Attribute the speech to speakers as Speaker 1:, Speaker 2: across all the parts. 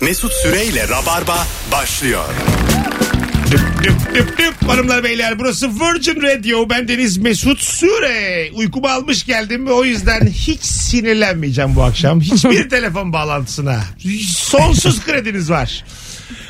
Speaker 1: Mesut Süreyle Rabarba başlıyor.
Speaker 2: Düp düp düp düp hanımlar beyler burası Virgin Radio ben Deniz Mesut Süre uykumu almış geldim ve o yüzden hiç sinirlenmeyeceğim bu akşam hiçbir telefon bağlantısına sonsuz krediniz var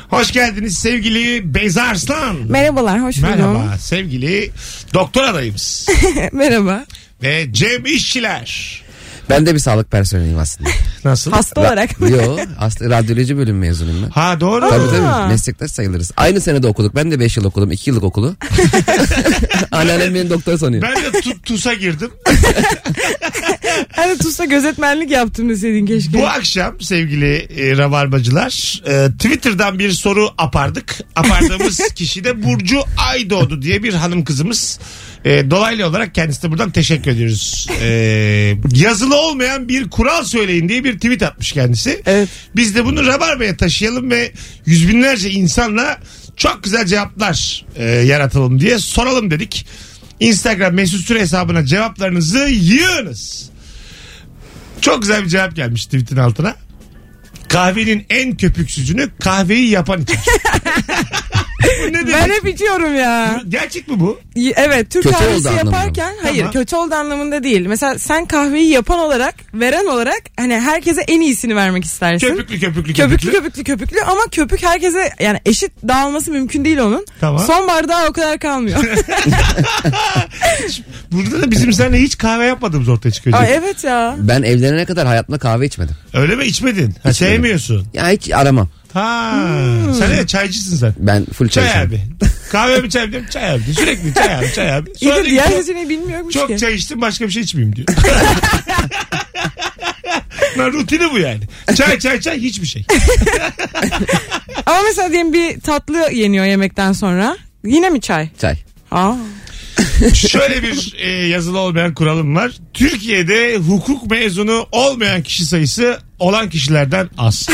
Speaker 2: hoş geldiniz sevgili Beyza Arslan
Speaker 3: Merhabalar, hoş buldum.
Speaker 2: merhaba sevgili doktor adayımız
Speaker 3: Merhaba.
Speaker 2: ve Cem İşçiler
Speaker 4: Ben de bir sağlık personeliyim aslında.
Speaker 2: nasıl?
Speaker 3: Hasta olarak mı?
Speaker 4: Yo, aslında radyoloji bölüm mezunuyum ben.
Speaker 2: ha doğru
Speaker 4: Tabii
Speaker 3: Aa.
Speaker 4: tabii meslektaş sayılırız. Aynı senede okuduk. Ben de 5 yıl okudum. 2 yıllık okulu. Anneannem beni doktor sanıyor.
Speaker 2: ben de tu- TUS'a girdim
Speaker 3: Hani TUS'ta gözetmenlik yaptım deseydin keşke.
Speaker 2: Bu akşam sevgili e, rabarbacılar e, Twitter'dan bir soru apardık. Apardığımız kişi de Burcu Aydoğdu diye bir hanım kızımız. E, dolaylı olarak kendisine buradan teşekkür ediyoruz. E, yazılı olmayan bir kural söyleyin diye bir tweet atmış kendisi.
Speaker 3: Evet.
Speaker 2: Biz de bunu rabarbaya taşıyalım ve yüz binlerce insanla çok güzel cevaplar e, yaratalım diye soralım dedik. Instagram mesut süre hesabına cevaplarınızı yığınız. Çok güzel bir cevap gelmiş tweetin altına. Kahvenin en köpüksüzünü kahveyi yapan içer. bu ne demek?
Speaker 3: Ben hep içiyorum ya.
Speaker 2: Gerçek mi bu?
Speaker 3: Y- Evet, Türk
Speaker 4: Kötü
Speaker 3: kahvesi
Speaker 4: oldu anlamında
Speaker 3: yaparken
Speaker 4: mı?
Speaker 3: hayır,
Speaker 2: Tamam.
Speaker 3: kötü oldu anlamında değil. Mesela sen kahveyi yapan olarak, veren olarak hani herkese en iyisini vermek istersin.
Speaker 2: Köpüklü köpüklü köpüklü.
Speaker 3: E Köpüklü köpüklü köpüklü ama köpük herkese yani eşit dağılması mümkün değil onun.
Speaker 2: Tamam.
Speaker 3: Son bardağı o kadar kalmıyor.
Speaker 2: Burada da bizim seninle hiç kahve yapmadığımız ortaya çıkıyor.
Speaker 3: Aa, evet ya.
Speaker 4: Ben evlenene kadar hayatımda kahve içmedim.
Speaker 2: Öyle mi? İçmedin.
Speaker 3: Hmm.
Speaker 2: Ha, sevmiyorsun.
Speaker 4: Ya hiç aramam.
Speaker 2: Ha. Sen
Speaker 3: Hmm.
Speaker 2: de çaycısın sen.
Speaker 4: Ben full çay
Speaker 2: Çay
Speaker 4: içerim.
Speaker 2: abi. Kahve mi çay mı? diyorum, Çay abi. Sürekli çay abi çay abi.
Speaker 3: İyi
Speaker 2: Sonra
Speaker 3: de
Speaker 2: diyor
Speaker 3: diğer
Speaker 2: ki,
Speaker 3: seçeneği bilmiyormuş
Speaker 2: çok
Speaker 3: ki.
Speaker 2: çay içtim başka bir şey içmeyeyim diyor. Lan rutini bu yani. Çay çay çay hiçbir şey.
Speaker 3: Ama mesela diyelim bir tatlı yeniyor yemekten sonra. Yine mi çay?
Speaker 4: Çay.
Speaker 3: Aa.
Speaker 2: Şöyle bir e, yazılı olmayan kuralım var. Türkiye'de hukuk mezunu olmayan kişi sayısı olan kişilerden az.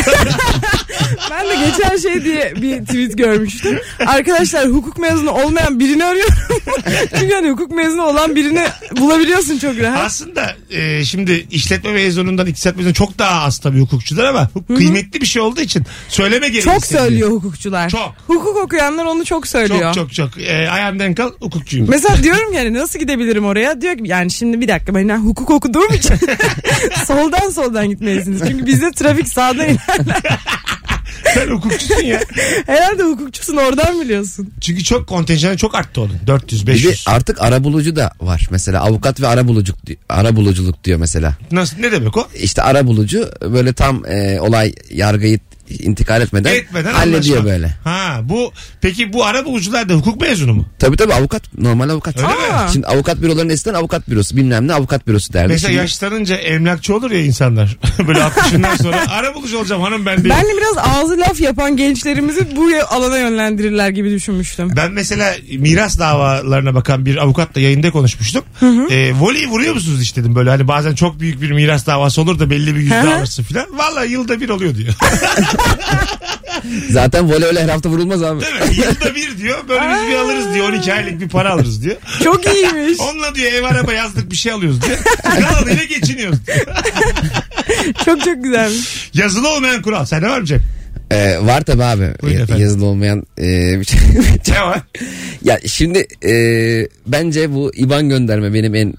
Speaker 3: Ben de geçen şey diye bir tweet görmüştüm. Arkadaşlar hukuk mezunu olmayan birini arıyorum. Çünkü hani hukuk mezunu olan birini bulabiliyorsun çok rahat.
Speaker 2: Aslında e, şimdi işletme mezunundan iktisat mezunu çok daha az tabii hukukçular ama huk- kıymetli bir şey olduğu için söyleme gereği
Speaker 3: Çok
Speaker 2: hissediyor.
Speaker 3: söylüyor hukukçular.
Speaker 2: Çok.
Speaker 3: Hukuk okuyanlar onu çok söylüyor.
Speaker 2: Çok çok çok. E, ayağım denk al hukukçuyum.
Speaker 3: Mesela diyorum ki hani nasıl gidebilirim oraya? Diyor ki yani şimdi bir dakika ben yani hukuk okuduğum için soldan soldan gitmelisiniz. Çünkü bizde trafik sağdan iner.
Speaker 2: Sen hukukçusun ya.
Speaker 3: Herhalde hukukçusun oradan biliyorsun.
Speaker 2: Çünkü çok kontenjanı çok arttı onun.
Speaker 4: Bir de
Speaker 2: 400-500.
Speaker 4: artık arabulucu da var. Mesela avukat ve arabuluculuk di- arabuluculuk diyor mesela.
Speaker 2: Nasıl ne demek o?
Speaker 4: İşte arabulucu böyle tam e, olay yargıyı intikal etmeden,
Speaker 2: Etmeden
Speaker 4: hallediyor
Speaker 2: anlaşma.
Speaker 4: böyle.
Speaker 2: Ha bu peki bu araba ucular da hukuk mezunu mu?
Speaker 4: Tabii tabii avukat normal avukat.
Speaker 2: Öyle
Speaker 3: mi?
Speaker 4: Şimdi avukat büroların eskiden avukat bürosu bilmem ne avukat bürosu derdi.
Speaker 2: Mesela
Speaker 4: Şimdi-
Speaker 2: yaşlanınca emlakçı olur ya insanlar. Böyle 60'ından sonra ara bulucu olacağım hanım ben değil. Ben,
Speaker 3: Benle biraz ağzı laf yapan gençlerimizi bu alana yönlendirirler gibi düşünmüştüm.
Speaker 2: mesela miras davalarına bakan bir avukatla yayında konuşmuştum. Ee, voleyi vuruyor musunuz işte dedim böyle hani bazen çok büyük bir miras davası olur da belli bir yüzde
Speaker 3: Hı hı.
Speaker 2: alırsın filan. Valla yılda bir oluyor diyor.
Speaker 4: Zaten voley öyle her hafta vurulmaz abi.
Speaker 2: Değil mi? Yılda bir diyor böyle biz bir alırız diyor 12 aylık bir para alırız diyor.
Speaker 3: Çok iyiymiş.
Speaker 2: Onunla diyor ev araba yazlık bir şey alıyoruz diyor. Kalanıyla geçiniyoruz diyor.
Speaker 3: çok çok güzelmiş.
Speaker 2: Yazılı olmayan kural. Sen ne var mı Cem?
Speaker 4: Ee, var tabii abi.
Speaker 2: Buyurun
Speaker 4: Ya-
Speaker 2: efendim.
Speaker 4: Yazılı olmayan e, bir şey.
Speaker 2: Ne var?
Speaker 4: ya şimdi e, bence bu IBAN gönderme benim en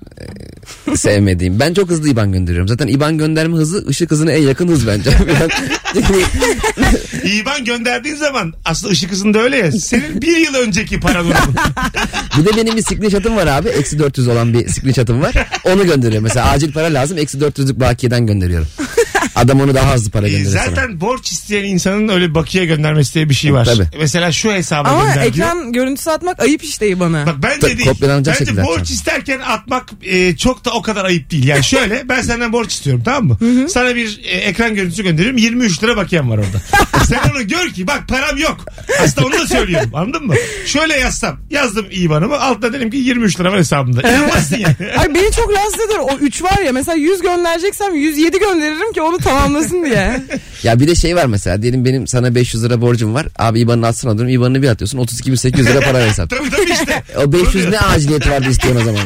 Speaker 4: e, sevmediğim. Ben çok hızlı IBAN gönderiyorum. Zaten IBAN gönderme hızı ışık hızına en yakın hız bence. Çünkü
Speaker 2: İban gönderdiğin zaman aslında ışık hızında öyle ya. Senin bir yıl önceki paran onun.
Speaker 4: bir de benim bir screenshot'ım var abi. Eksi 400 olan bir screenshot'ım var. Onu gönderiyorum. Mesela acil para lazım. Eksi 400'lük bakiyeden gönderiyorum. Adam onu daha hızlı para
Speaker 2: Ee,
Speaker 4: gönderir sana.
Speaker 2: Zaten borç isteyen insanın öyle bakiye göndermesi diye bir şey var.
Speaker 4: Tabii.
Speaker 2: Mesela şu hesaba
Speaker 3: Ama
Speaker 2: gönder diyor.
Speaker 3: ekran görüntüsü atmak ayıp işte bana.
Speaker 2: Bak ben
Speaker 4: Tabii,
Speaker 2: de değil.
Speaker 4: kopyalanacak
Speaker 2: Bence
Speaker 4: şekilde
Speaker 2: borç
Speaker 4: atacağım.
Speaker 2: isterken atmak e, çok da o kadar ayıp değil. Yani şöyle ben senden borç istiyorum tamam mı? Sana bir e, ekran görüntüsü gönderiyorum. 23 lira bakiyem var orada. Sen onu gör ki bak param yok. Aslında onu da söylüyorum anladın mı? Şöyle yazsam. Yazdım IBAN'ımı. Altına dedim ki 23 lira var hesabımda. İnanmazsın yani.
Speaker 3: Ay beni çok rahatsız eder. O 3 var ya mesela 100 göndereceksem 107 gönderirim ki onu tamamlasın diye.
Speaker 4: Ya bir de şey var mesela diyelim benim sana 500 lira borcum var. Abi IBAN'ını atsana diyorum. IBAN'ını bir atıyorsun 32.800 lira para hesap.
Speaker 2: Tabii tabii işte.
Speaker 4: O 500 ne aciliyeti vardı istiyorsun o zaman.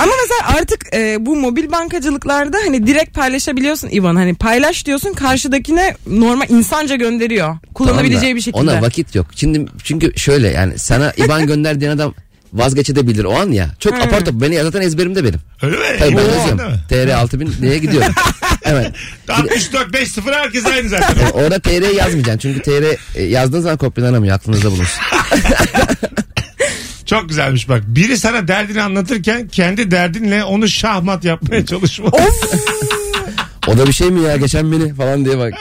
Speaker 3: Ama mesela artık e, bu mobil bankacılıklarda hani direkt paylaşabiliyorsun İvan. Hani paylaş diyorsun karşıdakine normal insanca gönderiyor. Kullanabileceği
Speaker 4: Tamam da
Speaker 3: bir şekilde.
Speaker 4: Ona vakit yok. Şimdi çünkü şöyle yani sana IBAN gönder diyen adam vazgeçebilir o an ya. Çok apar top. Beni zaten ezberimde benim.
Speaker 2: Öyle mi?
Speaker 4: Tabii ben
Speaker 2: Oo, Hmm. değil
Speaker 4: yazıyorum.
Speaker 2: mi?
Speaker 4: TR 6000 diye gidiyorum. Hemen.
Speaker 2: 64 50 herkes aynı zaten.
Speaker 4: E, Orada TR yazmayacaksın. Çünkü TR e, yazdığın zaman kopyalanamıyor. Aklınızda bulunsun.
Speaker 2: Çok güzelmiş bak. Biri sana derdini anlatırken kendi derdinle onu şahmat yapmaya çalışma.
Speaker 3: Of!
Speaker 4: O da bir şey mi ya geçen beni falan diye bak.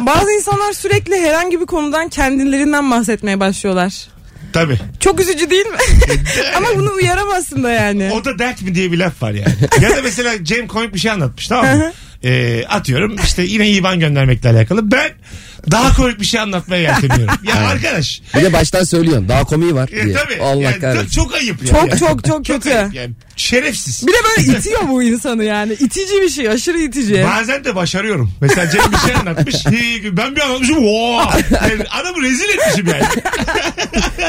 Speaker 3: Bazı insanlar sürekli herhangi bir konudan kendilerinden bahsetmeye başlıyorlar.
Speaker 2: Tabii.
Speaker 3: Çok üzücü değil mi? Ama bunu uyaramazsın da yani.
Speaker 2: O da dert mi diye bir laf var yani. ya da mesela Cem komik bir şey anlatmış tamam mı? Ee, atıyorum işte yine İvan göndermekle alakalı. Ben daha komik bir şey anlatmaya yelteniyorum. Ya arkadaş.
Speaker 4: Bir de baştan söylüyorsun. Daha komiği var
Speaker 2: Ya
Speaker 4: diye.
Speaker 2: E, tabii.
Speaker 4: Allah
Speaker 2: yani,
Speaker 4: kahretsin.
Speaker 2: Çok ayıp ya.
Speaker 3: Çok çok çok kötü.
Speaker 2: ayıp yani. Şerefsiz.
Speaker 3: Bir de böyle itiyor bu insanı yani. İtici bir şey, aşırı itici.
Speaker 2: Bazen de başarıyorum. Mesela Cem bir şey anlatmış. Hi- ben bir anlatmışım. Wow. Yani adamı rezil etmişim yani.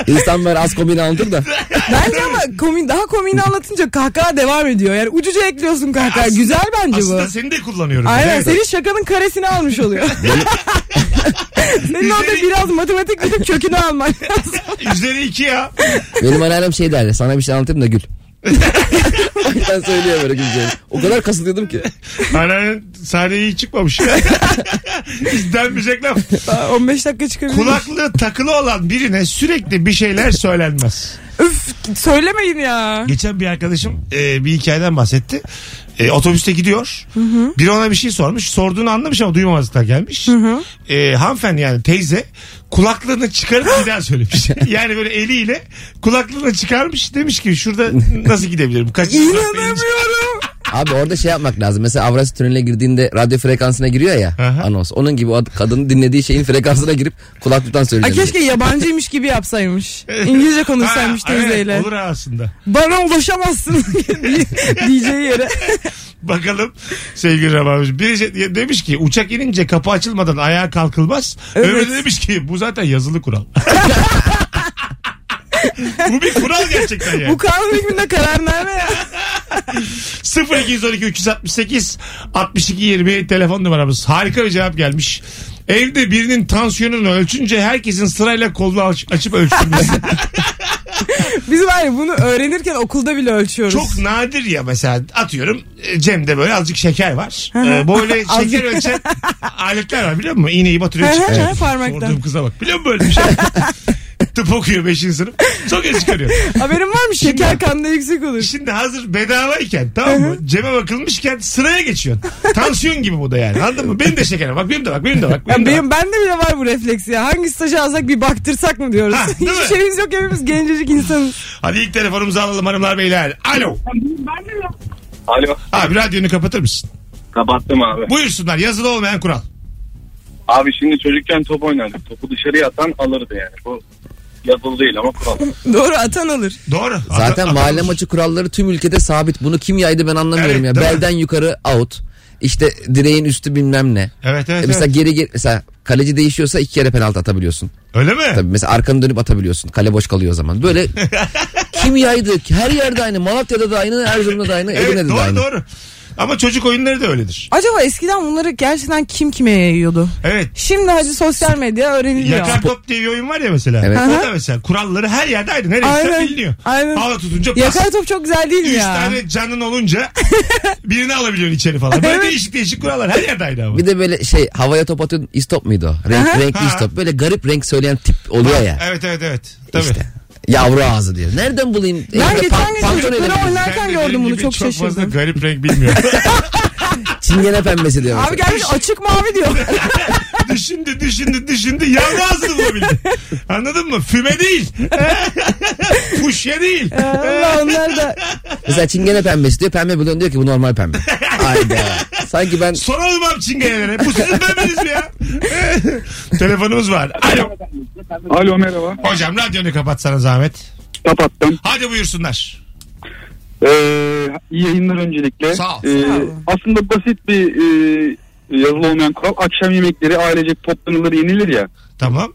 Speaker 4: İnsan böyle az komiğini anlatır da.
Speaker 3: Bence ama komik, daha komiğini anlatınca kahkaha devam ediyor. Yani ucuca ekliyorsun kahkaha.
Speaker 2: Aslında-
Speaker 3: Güzel bence bu.
Speaker 2: Aslında seni de kullanıyorum.
Speaker 3: Aynen
Speaker 2: Evet.
Speaker 3: senin şakanın karesini almış oluyor. Senin orada
Speaker 2: Üzeri-
Speaker 3: biraz matematik bilip kökünü alman lazım.
Speaker 2: Üzeri iki ya.
Speaker 4: Benim anneannem şey derdi. Sana bir şey anlatayım da gül. o yüzden söylüyor böyle güleceğini. O kadar kasılıyordum ki.
Speaker 2: Annenin sahneye iyi çıkmamış. İstenmeyecek laf.
Speaker 3: Aa, 15 dakika çıkabilir.
Speaker 2: Kulaklığı takılı olan birine sürekli bir şeyler söylenmez.
Speaker 3: Üf söylemeyin ya.
Speaker 2: Geçen bir arkadaşım e, bir hikayeden bahsetti. E, otobüste gidiyor. Biri ona bir şey sormuş. Sorduğunu anlamış ama duymamazlıktan gelmiş. E, hanımefendi yani teyze kulaklığını çıkarıp bir daha söylemiş. yani böyle eliyle kulaklığını çıkarmış. Demiş ki şurada nasıl gidebilirim? Kaç
Speaker 3: İnanamıyorum.
Speaker 4: Abi orada şey yapmak lazım. Mesela Avrasya Tüneli'ne girdiğinde radyo frekansına giriyor ya
Speaker 2: Aha.
Speaker 4: anons. Onun gibi o ad- kadının dinlediği şeyin frekansına girip kulaklıktan
Speaker 3: Ay
Speaker 4: söyleyeceğim.
Speaker 3: keşke yabancıymış gibi yapsaymış. İngilizce konuşsaymış
Speaker 2: Ha, evet,
Speaker 3: teyzeyle.
Speaker 2: olur ha aslında.
Speaker 3: Bana ulaşamazsın diyeceği yere.
Speaker 2: Bakalım sevgili Rababacığım. Biri demiş ki uçak inince kapı açılmadan ayağa kalkılmaz.
Speaker 3: Evet.
Speaker 2: Öbürü de demiş ki bu zaten yazılı kural. bu bir kural gerçekten yani.
Speaker 3: Bu kanun hükmünde kararname ya.
Speaker 2: 0212 368 62 20 telefon numaramız. Harika bir cevap gelmiş. Evde birinin tansiyonunu ölçünce herkesin sırayla kolunu aç- açıp ölçtürmesi.
Speaker 3: Biz var ya bunu öğrenirken okulda bile ölçüyoruz.
Speaker 2: Çok nadir ya mesela atıyorum e, Cem'de böyle azıcık şeker var. Ee, böyle şeker
Speaker 3: Azıcık.
Speaker 2: ölçen aletler var biliyor musun? İğneyi batırıyor
Speaker 3: Hı hı,
Speaker 2: çıkıyor.
Speaker 3: hı, parmaktan.
Speaker 2: Sorduğum kıza bak biliyor musun böyle bir şey? Tıp okuyor 5. sınıf. Çok iyi çıkarıyor.
Speaker 3: Haberin var mı? Şeker kanda yüksek olur.
Speaker 2: Şimdi hazır bedavayken tamam mı? Cem'e bakılmışken sıraya geçiyorsun. Tansiyon gibi bu da yani anladın mı? Benim de şekerim bak benim de bak benim de bak. Benim
Speaker 3: Ya
Speaker 2: de
Speaker 3: benim, bende bile var bu refleks ya. Hangi stajı alsak bir baktırsak mı diyoruz.
Speaker 2: Ha, değil mi?
Speaker 3: Hiçbir şeyimiz yok hepimiz gencecik insanız.
Speaker 2: bak. Hadi ilk telefonumuzu alalım hanımlar beyler. Alo.
Speaker 5: Alo.
Speaker 2: Abi radyonu kapatır mısın?
Speaker 5: Kapattım abi.
Speaker 2: Buyursunlar yazılı olmayan kural.
Speaker 5: Abi şimdi çocukken top oynardık. Topu dışarıya atan alırdı yani. Bu yazılı değil ama kural.
Speaker 3: Doğru atan alır.
Speaker 2: Doğru.
Speaker 4: Zaten
Speaker 2: Ata-
Speaker 4: mahalle
Speaker 2: atamız-
Speaker 4: maçı kuralları tüm ülkede sabit. Bunu kim yaydı ben anlamıyorum
Speaker 2: Evet,
Speaker 4: ya.
Speaker 2: değil mi?
Speaker 4: Belden yukarı out. İşte direğin üstü bilmem ne.
Speaker 2: Evet
Speaker 4: E
Speaker 2: evet.
Speaker 4: mesela
Speaker 2: evet.
Speaker 4: geri geri mesela kaleci değişiyorsa iki kere penaltı atabiliyorsun.
Speaker 2: Öyle mi?
Speaker 4: Tabii mesela arkanı dönüp atabiliyorsun. Kale boş kalıyor o zaman. Böyle kim yaydı? Her yerde aynı. Malatya'da da aynı, Erzurum'da da aynı,
Speaker 2: Evet
Speaker 4: Edirne'de
Speaker 2: doğru
Speaker 4: de aynı.
Speaker 2: doğru. Ama çocuk oyunları da öyledir.
Speaker 3: Acaba eskiden bunları gerçekten kim kime yayıyordu?
Speaker 2: Evet.
Speaker 3: Şimdi hacı sosyal medya öğreniliyor.
Speaker 2: Yakar top diye bir oyun var ya mesela.
Speaker 4: Evet.
Speaker 2: O da mesela kuralları her yerde aynı. Neresi
Speaker 3: Aynen,
Speaker 2: biliniyor.
Speaker 3: aynen.
Speaker 2: Hava tutunca pas.
Speaker 3: Yakar top çok güzel değil mi
Speaker 2: Üç
Speaker 3: ya?
Speaker 2: tane canın olunca birini alabiliyorsun içeri falan. Böyle
Speaker 3: Evet.
Speaker 2: değişik değişik kurallar her yerde aynı ama.
Speaker 4: Bir de böyle şey havaya top atıyordun istop muydu o? Renk, renkli
Speaker 2: Ha.
Speaker 4: istop. Böyle garip renk söyleyen tip oluyor ya.
Speaker 2: Evet evet evet. Tabii.
Speaker 4: İşte. Yavru ağzı diyor. Nereden bulayım?
Speaker 3: Ben
Speaker 4: Evde
Speaker 3: geçen
Speaker 4: pan-
Speaker 3: gün
Speaker 4: pantolon
Speaker 3: çocukları
Speaker 4: elinde.
Speaker 2: Ben
Speaker 3: oynarken
Speaker 2: de
Speaker 3: gördüm
Speaker 2: benim
Speaker 3: bunu
Speaker 2: gibi
Speaker 3: çok
Speaker 2: Çok fazla
Speaker 3: şaşırdım.
Speaker 2: garip renk bilmiyorum.
Speaker 4: Çingene pembesi diyor.
Speaker 3: Abi
Speaker 4: mesela.
Speaker 3: gelmiş açık mavi diyor.
Speaker 2: düşündü düşündü düşündü yavru ağzını bulabildi. Anladın mı? Füme değil. Puşya değil.
Speaker 3: Allah onlar da
Speaker 4: Mesela çingene pembesi diyor. Pembe buluyorsun diyor ki bu normal pembe. Hayda. Sanki ben
Speaker 2: Soralım abi çingenelere. Bu sizin bendeniz mi ya? Telefonumuz var. Alo.
Speaker 5: Alo merhaba.
Speaker 2: Hocam radyonu kapatsana zahmet.
Speaker 5: Kapattım.
Speaker 2: Hadi buyursunlar.
Speaker 5: Ee, iyi yayınlar öncelikle.
Speaker 2: Sağ ol.
Speaker 5: Ee,
Speaker 3: Sağ ol.
Speaker 5: aslında basit bir e, yazılı olmayan kural. Akşam yemekleri ailecek toplanılır yenilir ya.
Speaker 2: Tamam.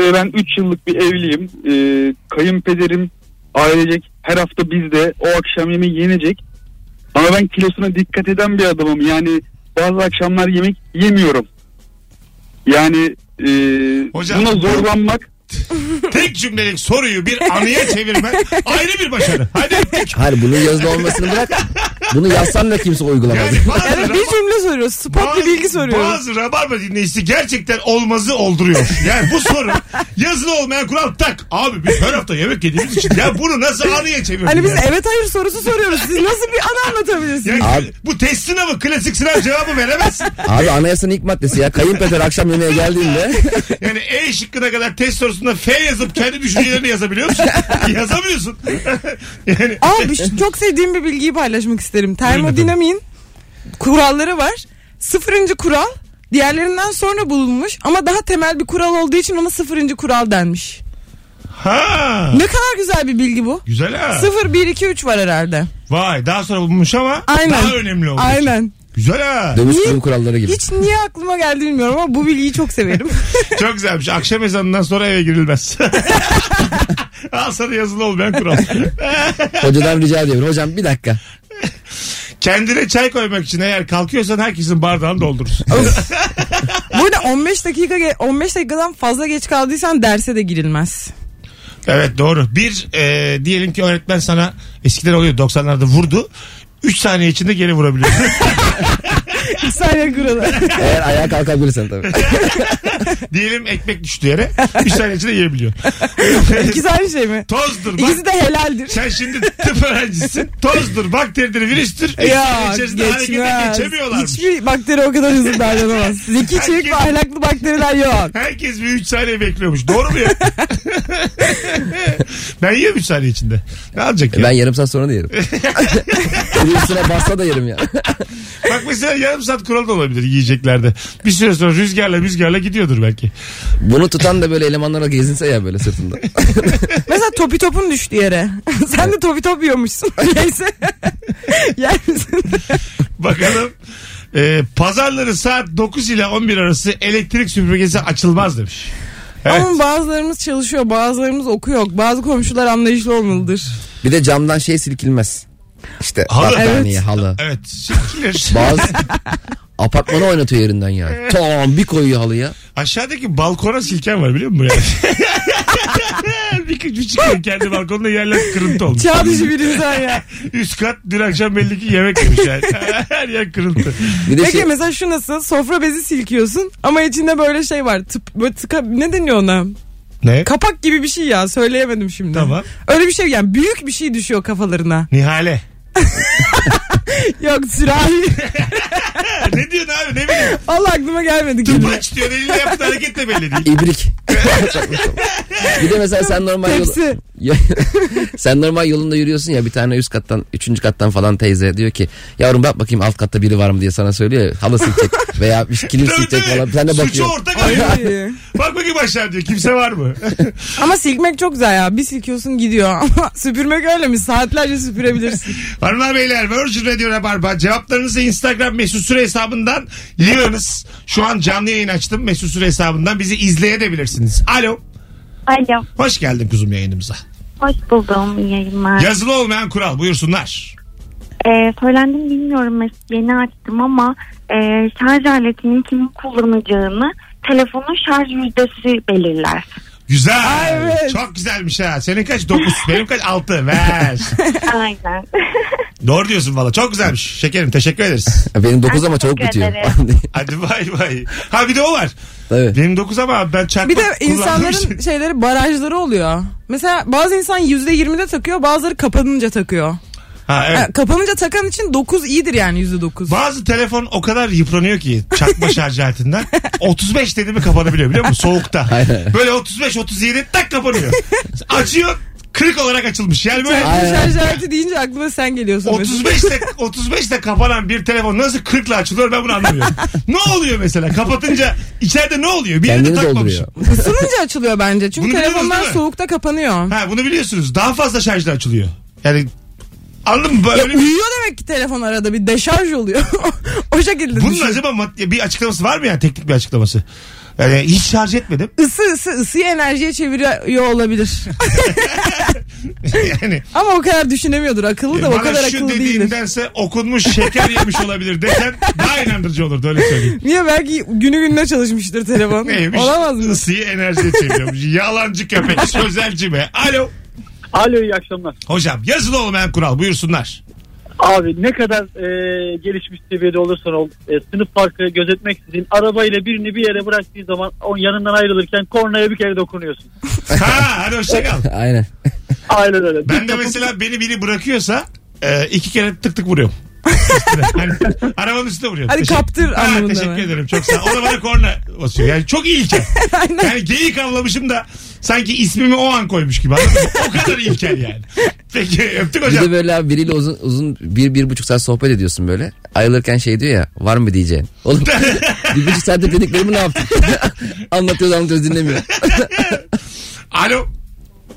Speaker 5: Ee, ben 3 yıllık bir evliyim. Ee, kayınpederim ailecek her hafta bizde o akşam yemeği yenecek. Ama ben kilosuna dikkat eden bir adamım. Yani bazı akşamlar yemek yemiyorum. Yani e,
Speaker 2: Hocam-
Speaker 5: buna zorlanmak
Speaker 2: Tek cümlelik soruyu bir anıya çevirmen ayrı bir başarı. Hadi öptük.
Speaker 4: Hayır bunun yazılı olmasını bırak. Bunu yazsan da kimse uygulamaz.
Speaker 2: Yani bazı
Speaker 3: Evet bir cümle soruyoruz. Spot bir bilgi soruyoruz.
Speaker 2: Bazı rabarba dinleyicisi gerçekten olmazı olduruyor. Yani bu soru yazılı olmayan kural tak. Abi biz her hafta yemek yediğimiz için ya bunu nasıl anıya çevirdin?
Speaker 3: Hani biz
Speaker 2: ya?
Speaker 3: evet hayır sorusu soruyoruz. Siz nasıl bir ana anlatabilirsiniz?
Speaker 2: Yani
Speaker 4: Abi-
Speaker 2: bu test sınavı klasik sınav cevabı veremezsin.
Speaker 4: Abi anayasanın ilk maddesi ya. Kayınpeder akşam yemeğe geldiğinde
Speaker 2: Yani E şıkkına kadar test sorusunda F yazıp kendi düşüncelerini yazabiliyor musun? Yazamıyorsun. yani
Speaker 3: Aa, bir şey- çok sevdiğim bir bilgiyi paylaşmak isterim. Termodinamiğin kuralları var. Sıfırıncı kural diğerlerinden sonra bulunmuş ama daha temel bir kural olduğu için ona sıfırıncı kural denmiş.
Speaker 2: ha.
Speaker 3: Ne kadar güzel bir bilgi bu.
Speaker 2: Güzel ha.
Speaker 3: 0, 1, 2, 3 var herhalde.
Speaker 2: Vay daha sonra bulmuş ama
Speaker 3: Aynen.
Speaker 2: daha önemli olmuş.
Speaker 3: Aynen.
Speaker 2: Güzel ha.
Speaker 4: dövüş kurum kuralları gibi.
Speaker 3: Hiç niye aklıma geldi bilmiyorum ama bu bilgiyi çok severim.
Speaker 2: Çok güzelmiş. Akşam ezanından sonra eve girilmez. Al sana yazılı olmayan kural.
Speaker 4: Hocadan rica ediyorum. Hocam bir dakika.
Speaker 2: Kendine çay koymak için eğer kalkıyorsan herkesin bardağını doldurursun.
Speaker 3: Burada 15 dakika ge- 15 dakikadan fazla geç kaldıysan derse de girilmez.
Speaker 2: evet doğru. Bir e, diyelim ki öğretmen sana eskiden oluyor 90'larda vurdu. 3 saniye içinde geri vurabiliyor.
Speaker 3: İki saniye kuralı.
Speaker 4: Eğer ayağa kalkabilirsen tabii.
Speaker 2: diyelim ekmek düştü yere. 3 saniye içinde yiyebiliyor.
Speaker 3: İkisi aynı şey mi?
Speaker 2: Tozdur bak.
Speaker 3: İkisi de helaldir.
Speaker 2: Sen şimdi tıp öğrencisin. Tozdur, bakteridir, virüstür. Üç saniye
Speaker 3: Ya
Speaker 2: içerisinde harekete
Speaker 3: geçmez.
Speaker 2: geçemiyorlarmış.
Speaker 3: Hiçbir bakteri o kadar hızlı davranamaz. Zeki çelik ve ahlaklı bakteriler yok.
Speaker 2: Herkes bir 3 saniye bekliyormuş. Doğru mu ya? ben yiyorum 3 saniye içinde. Ne alacak ya?
Speaker 4: Ben yarım saat sonra da yerim. Virüsüne bassa da yerim ya.
Speaker 2: Bak mesela yarım saat kuralı da olabilir yiyeceklerde. Bir süre sonra rüzgarla rüzgarla gidiyordur belki.
Speaker 4: Bunu tutan da böyle elemanlara gezinse ya böyle sırtında.
Speaker 3: Mesela topi topun düştü yere. Sen de topi top yiyormuşsun. Neyse. Yer misin?
Speaker 2: Bakalım. Ee, pazarları saat 9 ile 11 arası elektrik süpürgesi açılmaz demiş. Evet.
Speaker 3: Ama bazılarımız çalışıyor, bazılarımız okuyor. Bazı komşular anlayışlı olmalıdır.
Speaker 4: Bir de camdan şey silkilmez. İşte
Speaker 2: Halı.
Speaker 4: battaniye,
Speaker 3: Evet.
Speaker 4: halı.
Speaker 2: Evet. Sikilir.
Speaker 4: Bazı apartmanı oynatıyor yerinden yani. Tam bir koyuyor halıya.
Speaker 2: Aşağıdaki balkona silken var biliyor musun? Yani? bir küçük çıkıyor kendi balkonda yerler kırıntı olmuş.
Speaker 3: Çağ dışı bir insan ya.
Speaker 2: Üst kat dün akşam belli ki yemek yemiş yani. Her yer kırıntı.
Speaker 4: Bir de
Speaker 3: Peki
Speaker 4: şey,
Speaker 3: mesela şu nasıl? Sofra bezi silkiyorsun ama içinde böyle şey var. Tıp, böyle tıka, ne deniyor ona?
Speaker 2: Ne?
Speaker 3: Kapak gibi bir şey ya. Söyleyemedim şimdi.
Speaker 2: Tamam.
Speaker 3: Öyle bir şey yani büyük bir şey düşüyor kafalarına.
Speaker 2: Nihale.
Speaker 3: Yok sürahi.
Speaker 2: ne diyorsun abi ne bileyim.
Speaker 3: Allah aklıma gelmedi. kelime.
Speaker 2: Tıpaç diyor eliyle yaptığı hareket de belli değil.
Speaker 4: ibrik. bir de mesela sen normal yol,
Speaker 3: Tepsi.
Speaker 4: sen normal yolunda yürüyorsun ya bir tane üst kattan üçüncü kattan falan teyze diyor ki yavrum bak bakayım alt katta biri var mı diye sana söylüyor ya, halı silecek veya bir kilim
Speaker 2: Tabii,
Speaker 4: silecek
Speaker 2: tabii.
Speaker 4: falan sen de
Speaker 2: Suçu
Speaker 4: bakıyorsun.
Speaker 2: ortak
Speaker 3: Ay.
Speaker 2: arıyor. Bak bakayım aşağı diyor kimse var mı?
Speaker 3: Ama silmek çok güzel ya. Bir silkiyorsun gidiyor. Ama süpürmek öyle mi? Saatlerce süpürebilirsin.
Speaker 2: Hanımlar beyler Virgin Radio Rabarba cevaplarınızı Instagram mesut süre hesabından yığınız. Şu an canlı yayın açtım mesut süre hesabından bizi izleyebilirsiniz. Alo.
Speaker 6: Alo,
Speaker 2: Hoş geldin kuzum yayınımıza.
Speaker 6: hoş buldum iyi yayınlar.
Speaker 2: Yazılı olmayan kural buyursunlar.
Speaker 6: Ee, söylendim bilmiyorum mes- yeni açtım ama e, şarj aletinin kimin kullanacağını telefonun şarj yüzdesi belirler.
Speaker 2: Güzel.
Speaker 3: Ay, evet.
Speaker 2: Çok güzelmiş ha. Senin kaç? 9. Benim kaç? 6. Ver.
Speaker 6: Aynen.
Speaker 2: Doğru diyorsun valla. Çok güzelmiş. Şekerim teşekkür ederiz.
Speaker 4: Benim 9 ama çabuk
Speaker 6: Teşekkür
Speaker 4: bitiyor.
Speaker 6: ederim.
Speaker 2: Hadi bay bay. Ha bir de o var.
Speaker 4: Tabii.
Speaker 2: Benim 9 ama ben çakma
Speaker 3: Bir de
Speaker 2: kullandığım için-
Speaker 3: insanların şeyleri barajları oluyor. Mesela bazı insan %20'de takıyor bazıları kapanınca takıyor.
Speaker 2: Ha, evet.
Speaker 3: Ha, kapanınca takan için 9 iyidir yani %9.
Speaker 2: Bazı telefon o kadar yıpranıyor ki çakma şarj aletinden. 35 dedi mi kapanabiliyor biliyor musun? Soğukta.
Speaker 4: Aynen.
Speaker 2: Böyle 35-37 tak kapanıyor. Açıyor kırık olarak açılmış. Yani böyle
Speaker 3: Sen
Speaker 4: Aynen.
Speaker 3: Hani şarj aleti deyince aklıma sen geliyorsun. Mesut.
Speaker 2: 35 de 35 de kapanan bir telefon nasıl 40'la açılıyor ben bunu anlamıyorum. ne oluyor mesela? Kapatınca içeride ne oluyor? Bir yerde
Speaker 4: Kendini
Speaker 2: takmamışım.
Speaker 4: dolduruyor.
Speaker 3: Isınınca açılıyor bence. Çünkü
Speaker 2: Bunu biliyoruz
Speaker 3: telefonlar
Speaker 2: değil mi?
Speaker 3: soğukta kapanıyor.
Speaker 2: Ha bunu biliyorsunuz. Daha fazla şarjla açılıyor. Yani Anladın mı?
Speaker 3: Ya
Speaker 2: Böyle bir-
Speaker 3: uyuyor demek ki telefon arada bir deşarj oluyor. o şekilde
Speaker 2: Bunun
Speaker 3: düşün.
Speaker 2: acaba maddi bir açıklaması var mı ya teknik bir açıklaması? Yani hiç şarj etmedim.
Speaker 3: Isı ısı ısıyı enerjiye çeviriyor olabilir.
Speaker 2: yani
Speaker 3: Ama o kadar düşünemiyordur. Akıllı da o
Speaker 2: E, bana
Speaker 3: kadar
Speaker 2: şu
Speaker 3: akıllı değildir.
Speaker 2: dediğindense okunmuş şeker yemiş olabilir desen daha inandırıcı olurdu öyle söyleyeyim.
Speaker 3: Niye belki günü gününe çalışmıştır telefon.
Speaker 2: Neymiş?
Speaker 3: Olamaz mı?
Speaker 2: Isıyı enerjiye çeviriyormuş. Yalancı köpek sözelci be. Alo.
Speaker 5: Alo iyi akşamlar.
Speaker 2: Hocam yazılı olmayan kural buyursunlar.
Speaker 5: Abi ne kadar e, gelişmiş seviyede olursan ol e, sınıf farkı gözetmeksizin arabayla birini bir yere bıraktığı zaman onun yanından ayrılırken kornaya bir kere dokunuyorsun.
Speaker 2: Ha hadi hoşçakal.
Speaker 4: Aynen.
Speaker 5: Aynen öyle.
Speaker 2: Ben de mesela beni biri bırakıyorsa e, iki kere tık tık vuruyorum. Üstüne. hani, arabanın üstüne vuruyorum.
Speaker 3: Hadi kaptır
Speaker 2: Ha,
Speaker 3: anlamında
Speaker 2: Teşekkür
Speaker 3: mı?
Speaker 2: ederim çok sağ ol. O da bana korna basıyor. Yani çok ilkel. yani geyik avlamışım da sanki ismimi o an koymuş gibi. anladın mı? O kadar ilkel yani. Peki öptük
Speaker 4: Bir de
Speaker 2: hocam.
Speaker 4: böyle abi biriyle uzun, uzun bir, bir buçuk saat sohbet ediyorsun böyle. Ayrılırken şey diyor ya var mı diyeceğin. Oğlum bir buçuk saatte dediklerimi ne yaptın? anlatıyoruz anlatıyoruz dinlemiyor.
Speaker 2: Alo.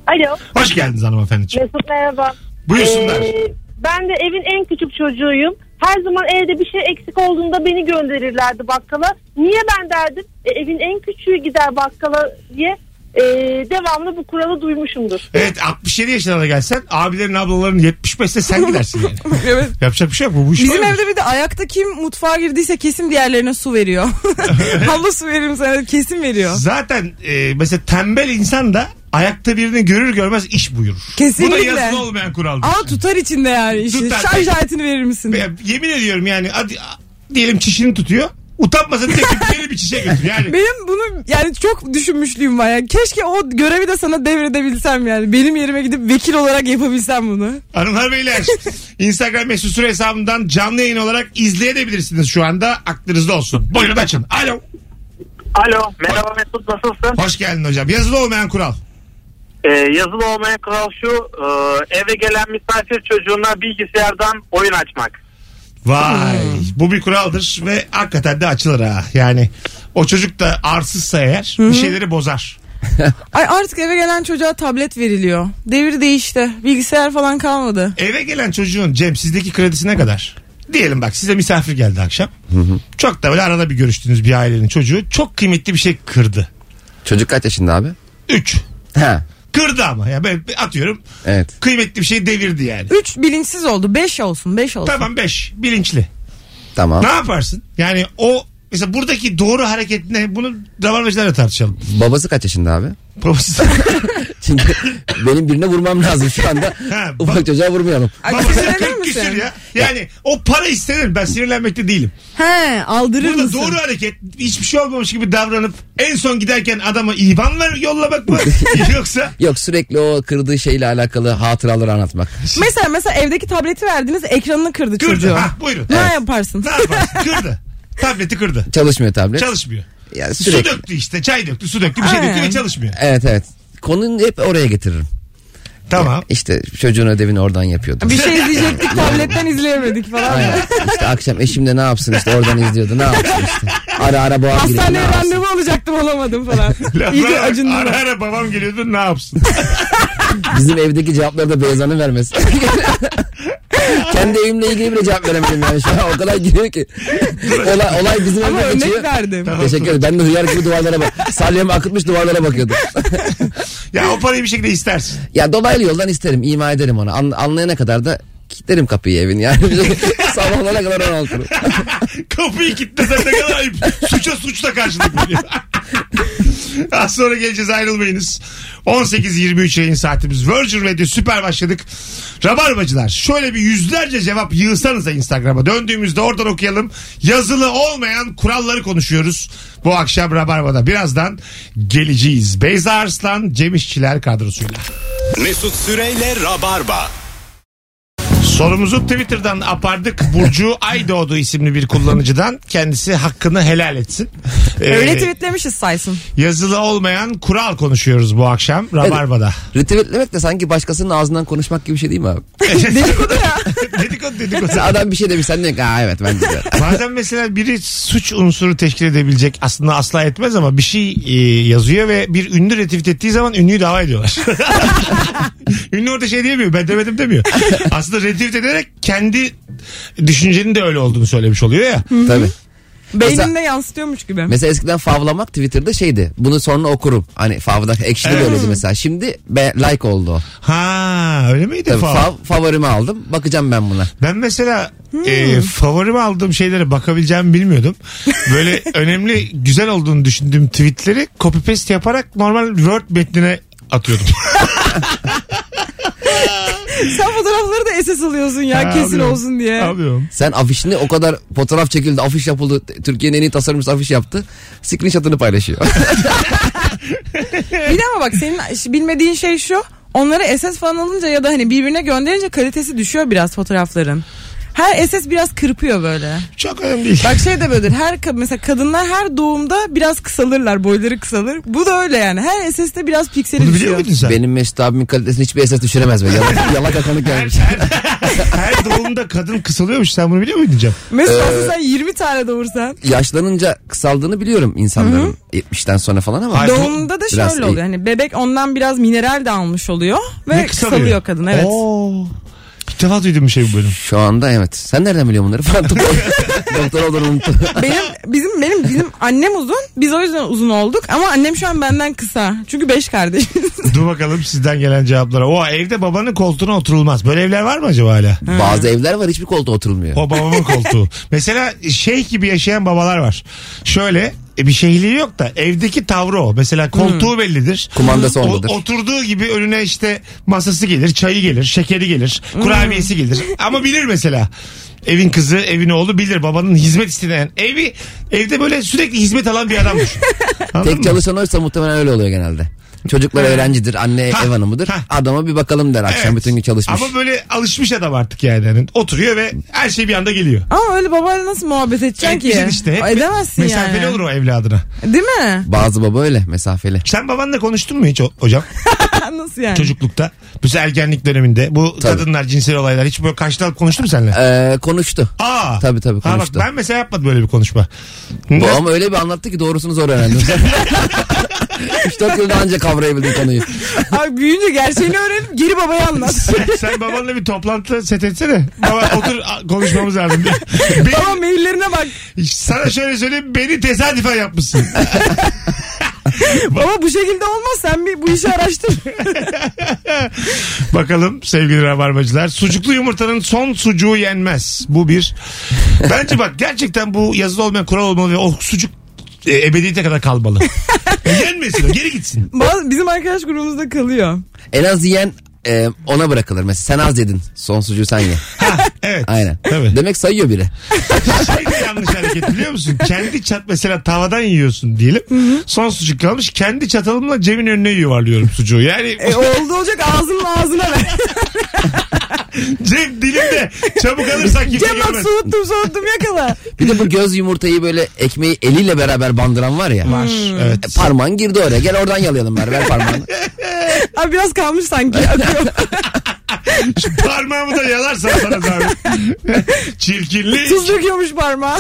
Speaker 7: Alo
Speaker 2: Hoş geldiniz hanımefendiciğim.
Speaker 7: Mesut merhaba.
Speaker 2: Buyursunlar.
Speaker 7: Ee, ben de evin en küçük çocuğuyum. Her zaman evde bir şey eksik olduğunda beni gönderirlerdi bakkala. Niye ben derdim? E, evin en küçüğü gider bakkala diye e, devamlı bu kuralı duymuşumdur.
Speaker 2: Evet 67 yaşına da gelsen abilerin ablaların 75'te sen gidersin yani.
Speaker 3: Evet.
Speaker 2: Yapacak bir şey yok. Bu, bu iş
Speaker 3: Bizim
Speaker 2: böyle.
Speaker 3: evde bir de ayakta kim mutfağa girdiyse kesin diğerlerine su veriyor. Havlu su veririm sana kesin veriyor.
Speaker 2: Zaten e, mesela tembel insan da ayakta birini görür görmez iş buyurur.
Speaker 3: Kesinlikle.
Speaker 2: Bu da yazılı olmayan kuraldır.
Speaker 3: Ama tutar içinde yani işi.
Speaker 2: Tutar.
Speaker 3: Şarj aletini verir misin?
Speaker 2: Ya, yemin ediyorum yani hadi, a- diyelim çişini tutuyor. Utanmasın diye beni bir çişe götür. Yani
Speaker 3: Benim bunu yani çok düşünmüşlüğüm var. Yani keşke o görevi de sana devredebilsem yani. Benim yerime gidip vekil olarak yapabilsem bunu.
Speaker 2: hanımlar beyler Instagram mesut süre hesabından canlı yayın olarak izleyebilirsiniz şu anda. Aklınızda olsun. Buyurun açın. Alo.
Speaker 8: Alo merhaba Mesut nasılsın?
Speaker 2: Hoş geldin hocam. Yazılı olmayan kural.
Speaker 8: Ee, yazılı olmayan kural şu e, eve gelen misafir çocuğuna bilgisayardan oyun açmak.
Speaker 2: Vay. Bu bir kuraldır ve hakikaten de açılır ha. Yani o çocuk da arsızsa eğer bir şeyleri bozar.
Speaker 3: Ay artık eve gelen çocuğa tablet veriliyor. Devir değişti. Bilgisayar falan kalmadı.
Speaker 2: Eve gelen çocuğun Cem sizdeki kredisi ne kadar? Diyelim bak size misafir geldi akşam. Çok da böyle arada bir görüştüğünüz bir ailenin çocuğu çok kıymetli bir şey kırdı.
Speaker 4: Çocuk kaç yaşında abi?
Speaker 2: 3.
Speaker 4: Ha
Speaker 2: Kırdı ama. Ya ben atıyorum
Speaker 4: evet.
Speaker 2: kıymetli bir şey devirdi yani.
Speaker 3: 3 bilinçsiz oldu. 5 olsun. 5 olsun.
Speaker 2: Tamam 5. Bilinçli.
Speaker 4: Tamam.
Speaker 2: Ne yaparsın? Yani o mesela buradaki doğru hareket ne? Bunu davranışlarla tartışalım.
Speaker 4: Babası kaç yaşında abi?
Speaker 2: Babası,
Speaker 4: Çünkü benim birine vurmam lazım şu anda.
Speaker 2: Ha,
Speaker 4: Ufak çocuğa vurmayalım.
Speaker 3: Ay,
Speaker 2: babası
Speaker 3: sinirlenir
Speaker 2: 40
Speaker 3: misin?
Speaker 2: küsür ya. Yani o para istenir. Ben sinirlenmekte değilim.
Speaker 3: He aldırır
Speaker 2: Burada
Speaker 3: mısın?
Speaker 2: doğru hareket hiçbir şey olmamış gibi davranıp en son giderken adama iban ver yollamak mı? Yoksa
Speaker 4: Yok sürekli o kırdığı şeyle alakalı hatıraları anlatmak.
Speaker 3: Mesela mesela evdeki tableti verdiniz ekranını kırdı,
Speaker 2: kırdı.
Speaker 3: çocuğu.
Speaker 2: Ha, buyurun.
Speaker 3: Ne yaparsın?
Speaker 2: Ne yaparsın? Kırdı. Tableti kırdı.
Speaker 4: Çalışmıyor tablet.
Speaker 2: Çalışmıyor.
Speaker 4: Ya
Speaker 2: Su
Speaker 4: sürekli.
Speaker 2: döktü işte. Çay döktü, su döktü, bir şey
Speaker 3: Aynen.
Speaker 2: döktü ve çalışmıyor.
Speaker 4: Evet evet. Konuyu hep oraya getiririm.
Speaker 2: Tamam.
Speaker 4: İşte çocuğun ödevini oradan yapıyordum.
Speaker 3: Bir şey izleyecektik tabletten izleyemedik falan.
Speaker 4: Aynen. İşte akşam eşim de ne yapsın işte oradan izliyordu. Ne yapsın işte. Ara ara boğaz giriyor. Ne
Speaker 3: Hastaneye
Speaker 4: yapsın?
Speaker 3: randevu alacaktım olamadım falan. İyice
Speaker 2: Laflara bak,
Speaker 3: acındım.
Speaker 2: Ara
Speaker 3: ben.
Speaker 2: ara babam geliyordu ne yapsın?
Speaker 4: Bizim evdeki cevapları da Beyza'nın vermesi. Kendi evimle ilgili bile cevap veremedim yani şu an. O kadar giriyor ki. olay, olay bizim
Speaker 3: Ama
Speaker 4: evime geçiyor.
Speaker 3: örnek verdim.
Speaker 4: Teşekkür ederim. Ben de hıyar gibi duvarlara bak. Salyamı akıtmış duvarlara bakıyordum.
Speaker 2: ya o parayı bir şekilde istersin.
Speaker 4: ya dolaylı yoldan isterim. ima ederim ona. An- anlayana kadar da kilitlerim kapıyı evin yani. Sabahlara kadar ona otururum.
Speaker 2: Kapıyı kilitlesen ne kadar ayıp. Suça suçla karşılık veriyor. Az sonra geleceğiz ayrılmayınız. 18.23 yayın saatimiz. Virgin Radio süper başladık. Rabarbacılar şöyle bir yüzlerce cevap yığsanız da Instagram'a döndüğümüzde oradan okuyalım. Yazılı olmayan kuralları konuşuyoruz. Bu akşam Rabarba'da birazdan geleceğiz. Beyza Arslan, Cem İşçiler kadrosuyla.
Speaker 1: Mesut Süreyle Rabarba.
Speaker 2: Sorumuzu Twitter'dan apardık. Burcu Aydoğdu isimli bir kullanıcıdan. Kendisi hakkını helal etsin. Ee,
Speaker 3: Öyle tweetlemişiz saysın.
Speaker 2: Yazılı olmayan kural konuşuyoruz bu akşam Rabarba'da.
Speaker 4: Retweetlemek de sanki başkasının ağzından konuşmak gibi bir şey değil mi abi?
Speaker 3: Dedikodu ya.
Speaker 2: dedikodu dedikodu.
Speaker 4: Mesela adam bir şey demiş sen diyorsun ki "Aa, evet bence de.
Speaker 2: Bazen mesela biri suç unsuru teşkil edebilecek aslında asla etmez ama bir şey e, yazıyor ve bir ünlü retweet ettiği zaman ünlüyü dava ediyorlar. ünlü orada şey diyemiyor ben demedim demiyor. Aslında retweet tespit ederek kendi düşüncenin de öyle olduğunu söylemiş oluyor ya.
Speaker 4: Tabii.
Speaker 3: Beyninde yansıtıyormuş gibi.
Speaker 4: Mesela eskiden favlamak Twitter'da şeydi. Bunu sonra okurum. Hani favda ekşide
Speaker 2: Evet.
Speaker 4: de öyleydi mesela. Şimdi be, like oldu. o.
Speaker 2: Ha öyle miydi?
Speaker 4: Tabii
Speaker 2: fav?
Speaker 4: fav, favorimi aldım. Bakacağım ben buna.
Speaker 2: Ben mesela
Speaker 3: Hmm.
Speaker 2: e, favorim aldığım şeylere bakabileceğimi bilmiyordum. Böyle önemli güzel olduğunu düşündüğüm tweetleri copy paste yaparak normal Word metnine atıyordum.
Speaker 3: Sen fotoğrafları da esas alıyorsun ya
Speaker 2: Ha,
Speaker 3: kesin
Speaker 2: alıyorum.
Speaker 3: olsun diye.
Speaker 2: Alıyorum.
Speaker 4: Sen afişini o kadar fotoğraf çekildi, afiş yapıldı. Türkiye'nin en iyi tasarımcısı afiş yaptı. Screenshot'ını paylaşıyor.
Speaker 3: Bir de ama bak senin bilmediğin şey şu. Onları esas falan alınca ya da hani birbirine gönderince kalitesi düşüyor biraz fotoğrafların. Her esas biraz kırpıyor böyle.
Speaker 2: Çok önemli değil.
Speaker 3: Bak şey de böyledir. Her ka- mesela kadınlar her doğumda biraz kısalırlar, boyları kısalır. Bu da öyle yani. Her SS'de biraz pikseli
Speaker 2: Bunu biliyor
Speaker 3: düşüyor.
Speaker 2: muydun sen?
Speaker 4: Benim Mesut abimin kalitesini hiçbir esas düşüremez be. Yalak, yalak akanlık gelmiş.
Speaker 2: Her doğumda kadın kısalıyormuş. Sen bunu biliyor muydun Cem?
Speaker 3: Mesut olsa sen 20 tane doğursan.
Speaker 4: Yaşlanınca kısaldığını biliyorum insanların. 70'ten sonra falan ama.
Speaker 2: Ay, do-
Speaker 3: Doğumda da
Speaker 4: biraz
Speaker 3: şöyle
Speaker 4: iyi.
Speaker 3: oluyor. Hani bebek ondan biraz mineral de almış oluyor ve
Speaker 2: Ne kısalıyor?
Speaker 3: kısalıyor? kadın evet.
Speaker 2: Oo. İlk defa duydum bir şey bu bölüm.
Speaker 4: Şu anda evet. Sen nereden biliyorsun bunları? Falan Doktor olduğunu unuttu.
Speaker 3: Benim bizim benim bizim annem uzun. Biz o yüzden uzun olduk ama annem şu an benden kısa. Çünkü 5 kardeşiz.
Speaker 2: Dur bakalım sizden gelen cevaplara. O evde babanın koltuğuna oturulmaz. Böyle evler var mı acaba hala?
Speaker 4: Bazı evler var hiçbir koltuğa oturulmuyor.
Speaker 2: O babamın koltuğu. Mesela şeyh gibi yaşayan babalar var. Şöyle e, bir şeyhliği yok da evdeki tavrı o. Mesela koltuğu bellidir.
Speaker 4: Hmm. Kumandası
Speaker 2: O-
Speaker 4: ondadır.
Speaker 2: oturduğu gibi önüne işte masası gelir, çayı gelir, şekeri gelir,
Speaker 4: Hmm.
Speaker 2: kurabiyesi gelir. Ama bilir mesela. Evin kızı, evin oğlu bilir babanın hizmet isteyen evi evde böyle sürekli hizmet alan bir adam düşün. Anladın mı?
Speaker 4: Tek çalışan oysa muhtemelen öyle oluyor genelde. Çocuklar öğrencidir, anne
Speaker 2: Ha,
Speaker 4: ev hanımıdır.
Speaker 2: ha.
Speaker 4: Adama bir bakalım der akşam
Speaker 2: Evet.
Speaker 4: bütün gün çalışmış.
Speaker 2: Ama böyle alışmış adam artık yani. Yani oturuyor ve her şey bir anda geliyor.
Speaker 3: ama öyle babayla nasıl muhabbet edeceksin ki?
Speaker 2: Etmişsin işte. Hep
Speaker 3: Edemezsin
Speaker 2: mesafeli
Speaker 3: yani.
Speaker 2: olur o evladına.
Speaker 3: Değil mi?
Speaker 4: Bazı baba öyle mesafeli.
Speaker 2: Sen babanla konuştun mu hiç o- hocam?
Speaker 3: nasıl yani?
Speaker 2: çocuklukta. Mesela ergenlik döneminde bu
Speaker 4: Tabii.
Speaker 2: kadınlar cinsel olaylar hiç böyle karşıdan konuştu mu seninle?
Speaker 4: Ee, konuştu.
Speaker 2: Aa.
Speaker 4: Tabii, tabii,
Speaker 2: Ha, bak,
Speaker 4: konuştu.
Speaker 2: ben mesela yapmadım böyle bir konuşma.
Speaker 4: Bu ama öyle bir anlattı ki doğrusunu zor öğrendim. 3-4 yılda anca kavrayabildim konuyu.
Speaker 3: Abi büyüyünce gerçeğini öğrenip geri babaya anlat.
Speaker 2: Sen- Sen babanla bir toplantı set etsene. Baba otur a- konuşmamız lazım. diye. Beni-
Speaker 3: Baba maillerine bak.
Speaker 2: sana şöyle söyleyeyim beni tesadüfen yapmışsın.
Speaker 3: Baba bu şekilde olmaz sen bir bu işi araştır.
Speaker 2: Bakalım sevgili rabarbacılar. Sucuklu yumurtanın son sucuğu yenmez. Bu bir. Bence bak gerçekten bu yazılı olmayan kural olmalı ve o sucuk e, ebediyete kadar kalmalı. E, Yenmesin o geri gitsin.
Speaker 3: Bazı- Bizim arkadaş grubumuzda kalıyor.
Speaker 4: En az yiyen e, ona bırakılır. Mesela sen az yedin. Son sucuğu sen ye.
Speaker 2: Evet.
Speaker 4: Aynen.
Speaker 2: Tabii.
Speaker 4: Demek sayıyor biri.
Speaker 2: şey de yanlış hareket biliyor musun? Kendi çat mesela tavadan yiyorsun diyelim. Son sucuk kalmış. Kendi çatalımla Cem'in önüne yuvarlıyorum sucuğu. Yani
Speaker 3: E, oldu olacak ağzının ağzına ver.
Speaker 2: Cem dilimde çabuk alırsan kimse
Speaker 3: Cem bak
Speaker 2: görmez.
Speaker 3: soğuttum soğuttum yakala.
Speaker 4: Bir de bu göz yumurtayı böyle ekmeği eliyle beraber bandıran var ya.
Speaker 2: Var. Evet.
Speaker 4: E, parmağın girdi oraya. Gel oradan yalayalım bari. Ver parmağını.
Speaker 3: Abi biraz kalmış sanki akıyor.
Speaker 2: Şu parmağımı da yalarsan sana zahmet. Çirkinlik.
Speaker 3: Tuz döküyormuş parmağa.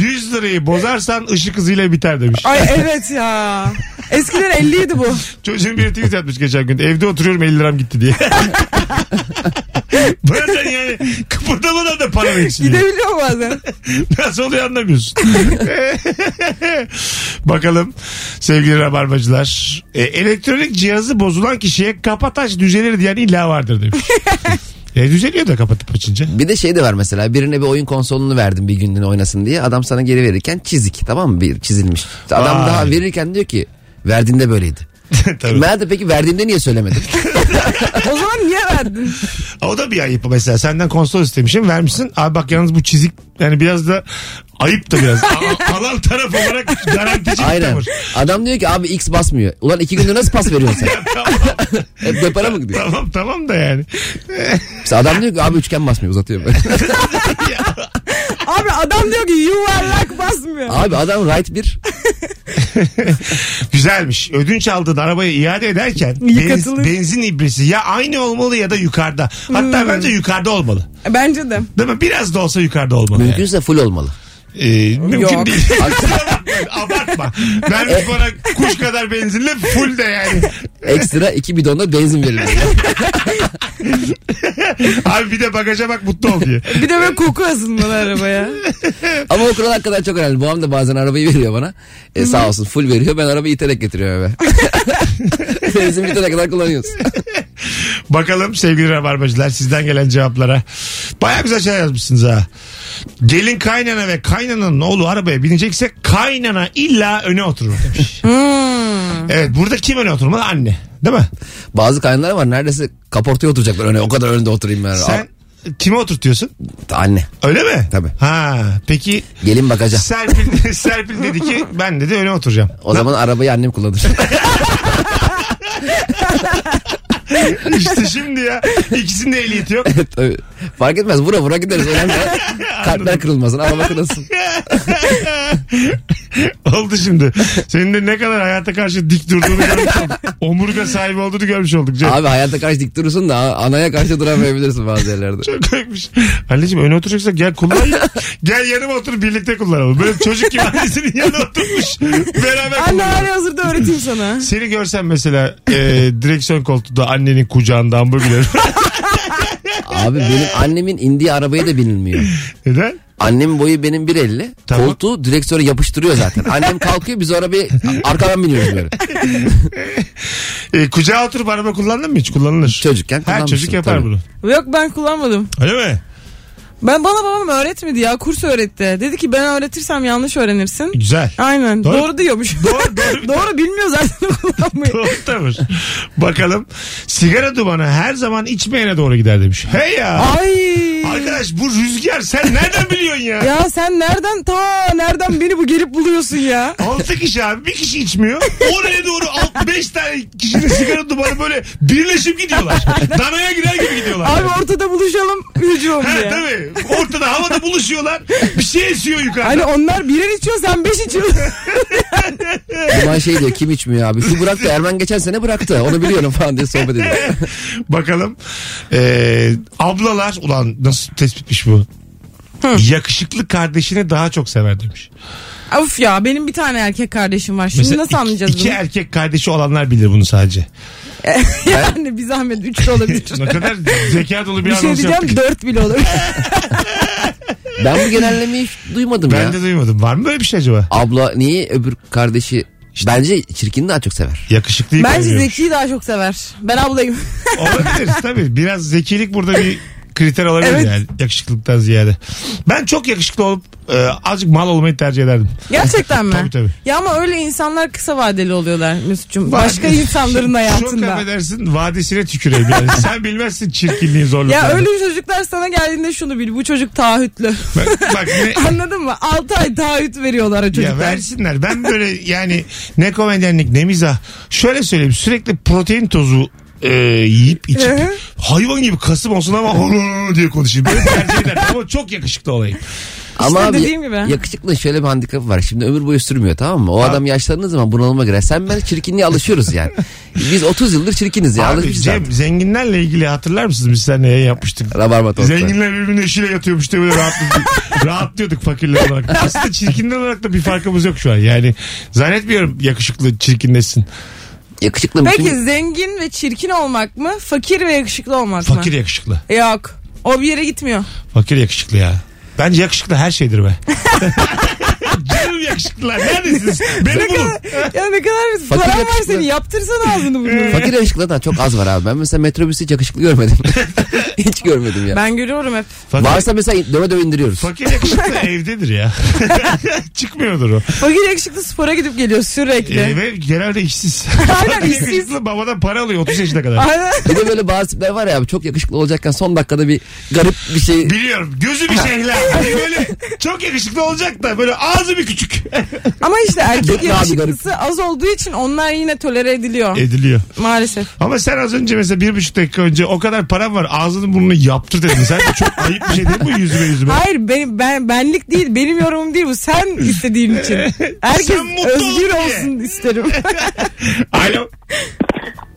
Speaker 2: 100 lirayı bozarsan ışık hızıyla biter demiş.
Speaker 3: Ay evet ya. Eskiden 50 idi bu.
Speaker 2: Çocuğun biri tweet atmış geçen gün. Evde oturuyorum 50 liram gitti diye. Bazen yani kıpırdamadan da para eksiliyor.
Speaker 3: Gidebiliyor bazen.
Speaker 2: Nasıl oluyor anlamıyorsun. Bakalım sevgili rabarbacılar. E, elektronik cihazı bozulan kişiye kapataç düzelir diyen illa vardır demiş. e, düzeliyor da kapatıp açınca.
Speaker 4: Bir de şey de var mesela birine bir oyun konsolunu verdim bir günlüğüne oynasın diye. Adam sana geri verirken çizik tamam mı? Bir çizilmiş. Adam
Speaker 2: Vay.
Speaker 4: daha verirken diyor ki verdiğinde böyleydi.
Speaker 2: Tabii.
Speaker 4: Nerede peki verdiğinde niye söylemedin?
Speaker 3: O zaman niye verdin?
Speaker 2: O da bir ayıp mesela. Senden konsol istemişim vermişsin. Abi bak yalnız bu çizik yani biraz da ayıp da biraz. A- alan taraf olarak garantici bir
Speaker 4: Aynen.
Speaker 2: tavır.
Speaker 4: Adam diyor ki abi X basmıyor. Ulan iki gündür nasıl pas veriyorsun sen?
Speaker 2: Tamam,
Speaker 4: Hep depara mı gidiyor?
Speaker 2: tamam tamam da yani.
Speaker 4: Mesela adam diyor ki abi üçgen basmıyor uzatıyor böyle.
Speaker 3: Abi adam diyor ki yuvarlak basmıyor.
Speaker 4: abi adam right bir.
Speaker 2: Güzelmiş. Ödünç aldığın arabayı iade ederken benz,
Speaker 3: Yıkatılır.
Speaker 2: benzin ibrisi ya aynı olmalı ya da yukarıda. Hatta bence yukarıda olmalı.
Speaker 3: Bence de.
Speaker 2: Değil mi? Biraz da olsa yukarıda olmalı. yani.
Speaker 4: Mümkünse full olmalı.
Speaker 2: Ee, mümkün
Speaker 3: Yok.
Speaker 2: değil. Kusura bakmayın, Abartma. Vermiş bana kuş kadar benzinle full de yani.
Speaker 4: Ekstra iki bidonda benzin verilmeli.
Speaker 2: Abi bir de bagaja bak mutlu ol diye.
Speaker 3: Bir de böyle koku asılmalı arabaya.
Speaker 4: Ama o kural hakikaten çok önemli. Babam da bazen arabayı veriyor bana. E, sağ olsun full veriyor. Ben arabayı iterek getiriyorum eve. Benzin bitene kadar kullanıyoruz.
Speaker 2: Bakalım sevgili rabarbacılar sizden gelen cevaplara. Baya güzel şeyler yazmışsınız ha. Gelin kaynana ve kaynananın oğlu arabaya binecekse kaynana illa öne oturur demiş. evet burada kim öne oturmalı? Anne. Değil mi?
Speaker 4: Bazı kaynaklar var. Neredeyse kaportaya oturacaklar öne. O kadar önde oturayım ben.
Speaker 2: Sen kime oturtuyorsun?
Speaker 4: A- Anne.
Speaker 2: Öyle mi?
Speaker 4: Tabii.
Speaker 2: Ha peki
Speaker 4: Gelin bakacağım.
Speaker 2: Serpil, Serpil dedi ki ben dedi öne oturacağım.
Speaker 4: O zaman arabayı annem kullanır.
Speaker 2: İşte şimdi ya ikisinin de ehliyeti yok.
Speaker 4: Tabii. Fark etmez. Vura vura gideriz. Önemli. olan Kalpler kırılmasın. Araba kırılsın.
Speaker 2: Oldu şimdi. Senin de ne kadar hayata karşı dik durduğunu görmüş olduk. Omurga sahibi olduğunu görmüş olduk. Cem.
Speaker 4: Abi hayata karşı dik durursun da anaya karşı duramayabilirsin bazı yerlerde.
Speaker 2: Çok koymuş. Anneciğim öne oturacaksa gel kullan. ya. gel yanıma otur birlikte kullanalım. Böyle çocuk gibi annesinin yanına oturmuş. Beraber
Speaker 3: Anne
Speaker 2: kullanalım.
Speaker 3: hali hazırda öğreteyim sana.
Speaker 2: Seni görsem mesela e, direksiyon koltuğunda annenin kucağında hamburger.
Speaker 4: Abi benim annemin indiği arabaya da binilmiyor.
Speaker 2: Neden?
Speaker 4: Annemin boyu benim 1.50.
Speaker 2: Tamam.
Speaker 4: Koltuğu direksiyona yapıştırıyor zaten. Annem kalkıyor biz o arabaya arkadan biniyoruz böyle.
Speaker 2: E, kucağa oturup araba kullandın mı hiç? Kullanılır.
Speaker 4: Çocukken
Speaker 2: Her
Speaker 4: kullanmıştım,
Speaker 2: çocuk yapar
Speaker 4: tabii.
Speaker 2: bunu.
Speaker 3: Yok ben kullanmadım.
Speaker 2: Öyle mi?
Speaker 3: Ben bana babam öğretmedi ya kurs öğretti. Dedi ki ben öğretirsem yanlış öğrenirsin.
Speaker 2: Güzel.
Speaker 3: Aynen
Speaker 2: Doğru.
Speaker 3: doğru, diyormuş.
Speaker 2: Doğru, doğru.
Speaker 3: doğru bilmiyor zaten kullanmayı.
Speaker 2: Doğru tavır. Bakalım. Sigara dumanı her zaman içmeyene doğru gider demiş. Hey ya.
Speaker 3: Ay.
Speaker 2: Arkadaş bu rüzgar sen nereden biliyorsun ya?
Speaker 3: Ya sen nereden ta nereden beni bu gelip buluyorsun ya?
Speaker 2: 6 kişi abi bir kişi içmiyor. Oraya doğru 5 tane kişinin sigara dumanı böyle birleşip gidiyorlar. Danaya girer gibi gidiyorlar.
Speaker 3: Abi ortada buluşalım hücum
Speaker 2: He,
Speaker 3: diye.
Speaker 2: tabii. Ortada havada buluşuyorlar. Bir şey esiyor yukarıda.
Speaker 3: Hani onlar birer içiyor sen beş içiyorsun.
Speaker 4: Duman şey diyor kim içmiyor abi. Şu bıraktı Ermen geçen sene bıraktı. Onu biliyorum falan diye sohbet ediyor.
Speaker 2: Bakalım. Ee, ablalar ulan nasıl tespitmiş bu? Yakışıklı kardeşini daha çok sever demiş.
Speaker 3: of ya benim bir tane erkek kardeşim var. Şimdi
Speaker 2: Mesela
Speaker 3: nasıl
Speaker 2: iki-
Speaker 3: anlayacağız
Speaker 2: iki
Speaker 3: bunu?
Speaker 2: erkek kardeşi olanlar bilir bunu sadece.
Speaker 3: yani bir zahmet üç de olabilir.
Speaker 2: ne kadar zeka dolu bir,
Speaker 3: bir şey
Speaker 2: anons
Speaker 3: diyeceğim
Speaker 2: yaptık.
Speaker 3: dört bile olur.
Speaker 4: Ben bu genellemeyi hiç duymadım
Speaker 2: Ben
Speaker 4: ya.
Speaker 2: de duymadım. Var mı böyle bir şey acaba?
Speaker 4: Abla niye öbür kardeşi bence çirkini daha çok sever.
Speaker 2: Yakışıklıyı
Speaker 3: Bence
Speaker 2: koruyor.
Speaker 3: Zeki'yi daha çok sever. Ben ablayım.
Speaker 2: Olabilir tabii. Biraz zekilik burada bir kriter olabilir
Speaker 3: Evet.
Speaker 2: yani yakışıklıktan ziyade. Ben çok yakışıklı olup e, azıcık mal olmayı tercih ederdim.
Speaker 3: Gerçekten mi?
Speaker 2: Tabii, tabii.
Speaker 3: Ya ama öyle insanlar kısa vadeli oluyorlar Mesut'cum. Başka insanların
Speaker 2: Çok
Speaker 3: hayatında.
Speaker 2: affedersin vadesine tüküreyim yani. Sen bilmezsin çirkinliğin zorluklarını.
Speaker 3: Ya öyle çocuklar sana geldiğinde şunu bil. Bu çocuk taahhütlü.
Speaker 2: Bak, bak ne,
Speaker 3: Anladın mı? 6 ay taahhüt veriyorlar o
Speaker 2: Ya
Speaker 3: çocuklar.
Speaker 2: versinler. Ben böyle yani ne komedyenlik ne mizah. Şöyle söyleyeyim sürekli protein tozu e, yiyip
Speaker 3: Hı
Speaker 2: içip
Speaker 3: hı.
Speaker 2: hayvan gibi kasım olsun ama "Hırr" diye konuşayım. Böyle tercih ederdim ama çok yakışıklı olayım.
Speaker 4: Ama abi
Speaker 3: dediğim gibi.
Speaker 4: yakışıklı şöyle bir handikapı var. Şimdi ömür boyu sürmüyor tamam mı? O adam yaşlandığı zaman bunalıma girer. Sen ben çirkinliğe alışıyoruz yani. Biz 30 yıldır çirkiniz ya.
Speaker 2: Abi
Speaker 3: şey-
Speaker 4: Alışmışız
Speaker 2: Cem
Speaker 4: artık.
Speaker 2: zenginlerle ilgili hatırlar mısınız biz seninle yayın yapmıştık.
Speaker 4: Rabarba tostları.
Speaker 2: Zenginler birbirinin eşiyle yatıyormuş diye böyle rahatlıyorduk. rahatlıyorduk fakirler olarak. Aslında çirkinler olarak da bir farkımız yok şu an. Yani zannetmiyorum yakışıklı çirkinleşsin.
Speaker 4: Yakışıklı
Speaker 3: Peki
Speaker 4: bütün-
Speaker 3: zengin ve çirkin olmak mı? Fakir ve yakışıklı olmak
Speaker 2: Fakir
Speaker 3: mı?
Speaker 2: yakışıklı.
Speaker 3: Yok. O bir yere gitmiyor.
Speaker 2: Fakir yakışıklı ya. Bence yakışıklı her şeydir be. Canım yakışıklılar neredesiniz? Beni bulun.
Speaker 3: ya ne kadar
Speaker 4: Fakir
Speaker 3: paran var
Speaker 4: yakışıklı.
Speaker 3: senin. Yaptırsan ağzını burnunu.
Speaker 4: Fakir yakışıklı da çok az var abi. Ben mesela metrobüsü hiç yakışıklı görmedim. hiç görmedim ya.
Speaker 3: Ben görüyorum hep.
Speaker 2: Fakir,
Speaker 4: Varsa mesela döve döve indiriyoruz.
Speaker 2: fakir yakışıklı evdedir ya. Çıkmıyordur o.
Speaker 3: Fakir yakışıklı spora gidip geliyor sürekli.
Speaker 2: Ee, ve genelde işsiz.
Speaker 3: Aynen,
Speaker 2: Fakir
Speaker 3: işsiz.
Speaker 2: yakışıklı babadan para alıyor 30 yaşına kadar.
Speaker 3: Aynen.
Speaker 4: Bir de böyle bazı tipler var ya abi çok yakışıklı olacakken son dakikada bir garip bir şey.
Speaker 2: Biliyorum gözü bir şeyler. Hani böyle çok yakışıklı olacak da böyle ağzı bir küçük.
Speaker 3: Ama işte erkek
Speaker 4: Abi
Speaker 3: yakışıklısı az olduğu için onlar yine tolere ediliyor.
Speaker 2: Ediliyor.
Speaker 3: Maalesef.
Speaker 2: Ama sen az önce mesela bir buçuk dakika önce o kadar param var ağzını burnunu yaptır dedin. Sen de çok ayıp bir şey değil mi yüzüme yüzüme?
Speaker 3: Hayır benim ben benlik değil benim yorumum değil bu sen istediğin için. Herkes
Speaker 2: Sen mutlu ol
Speaker 3: özgür
Speaker 2: diye.
Speaker 3: olsun isterim.
Speaker 2: Alo.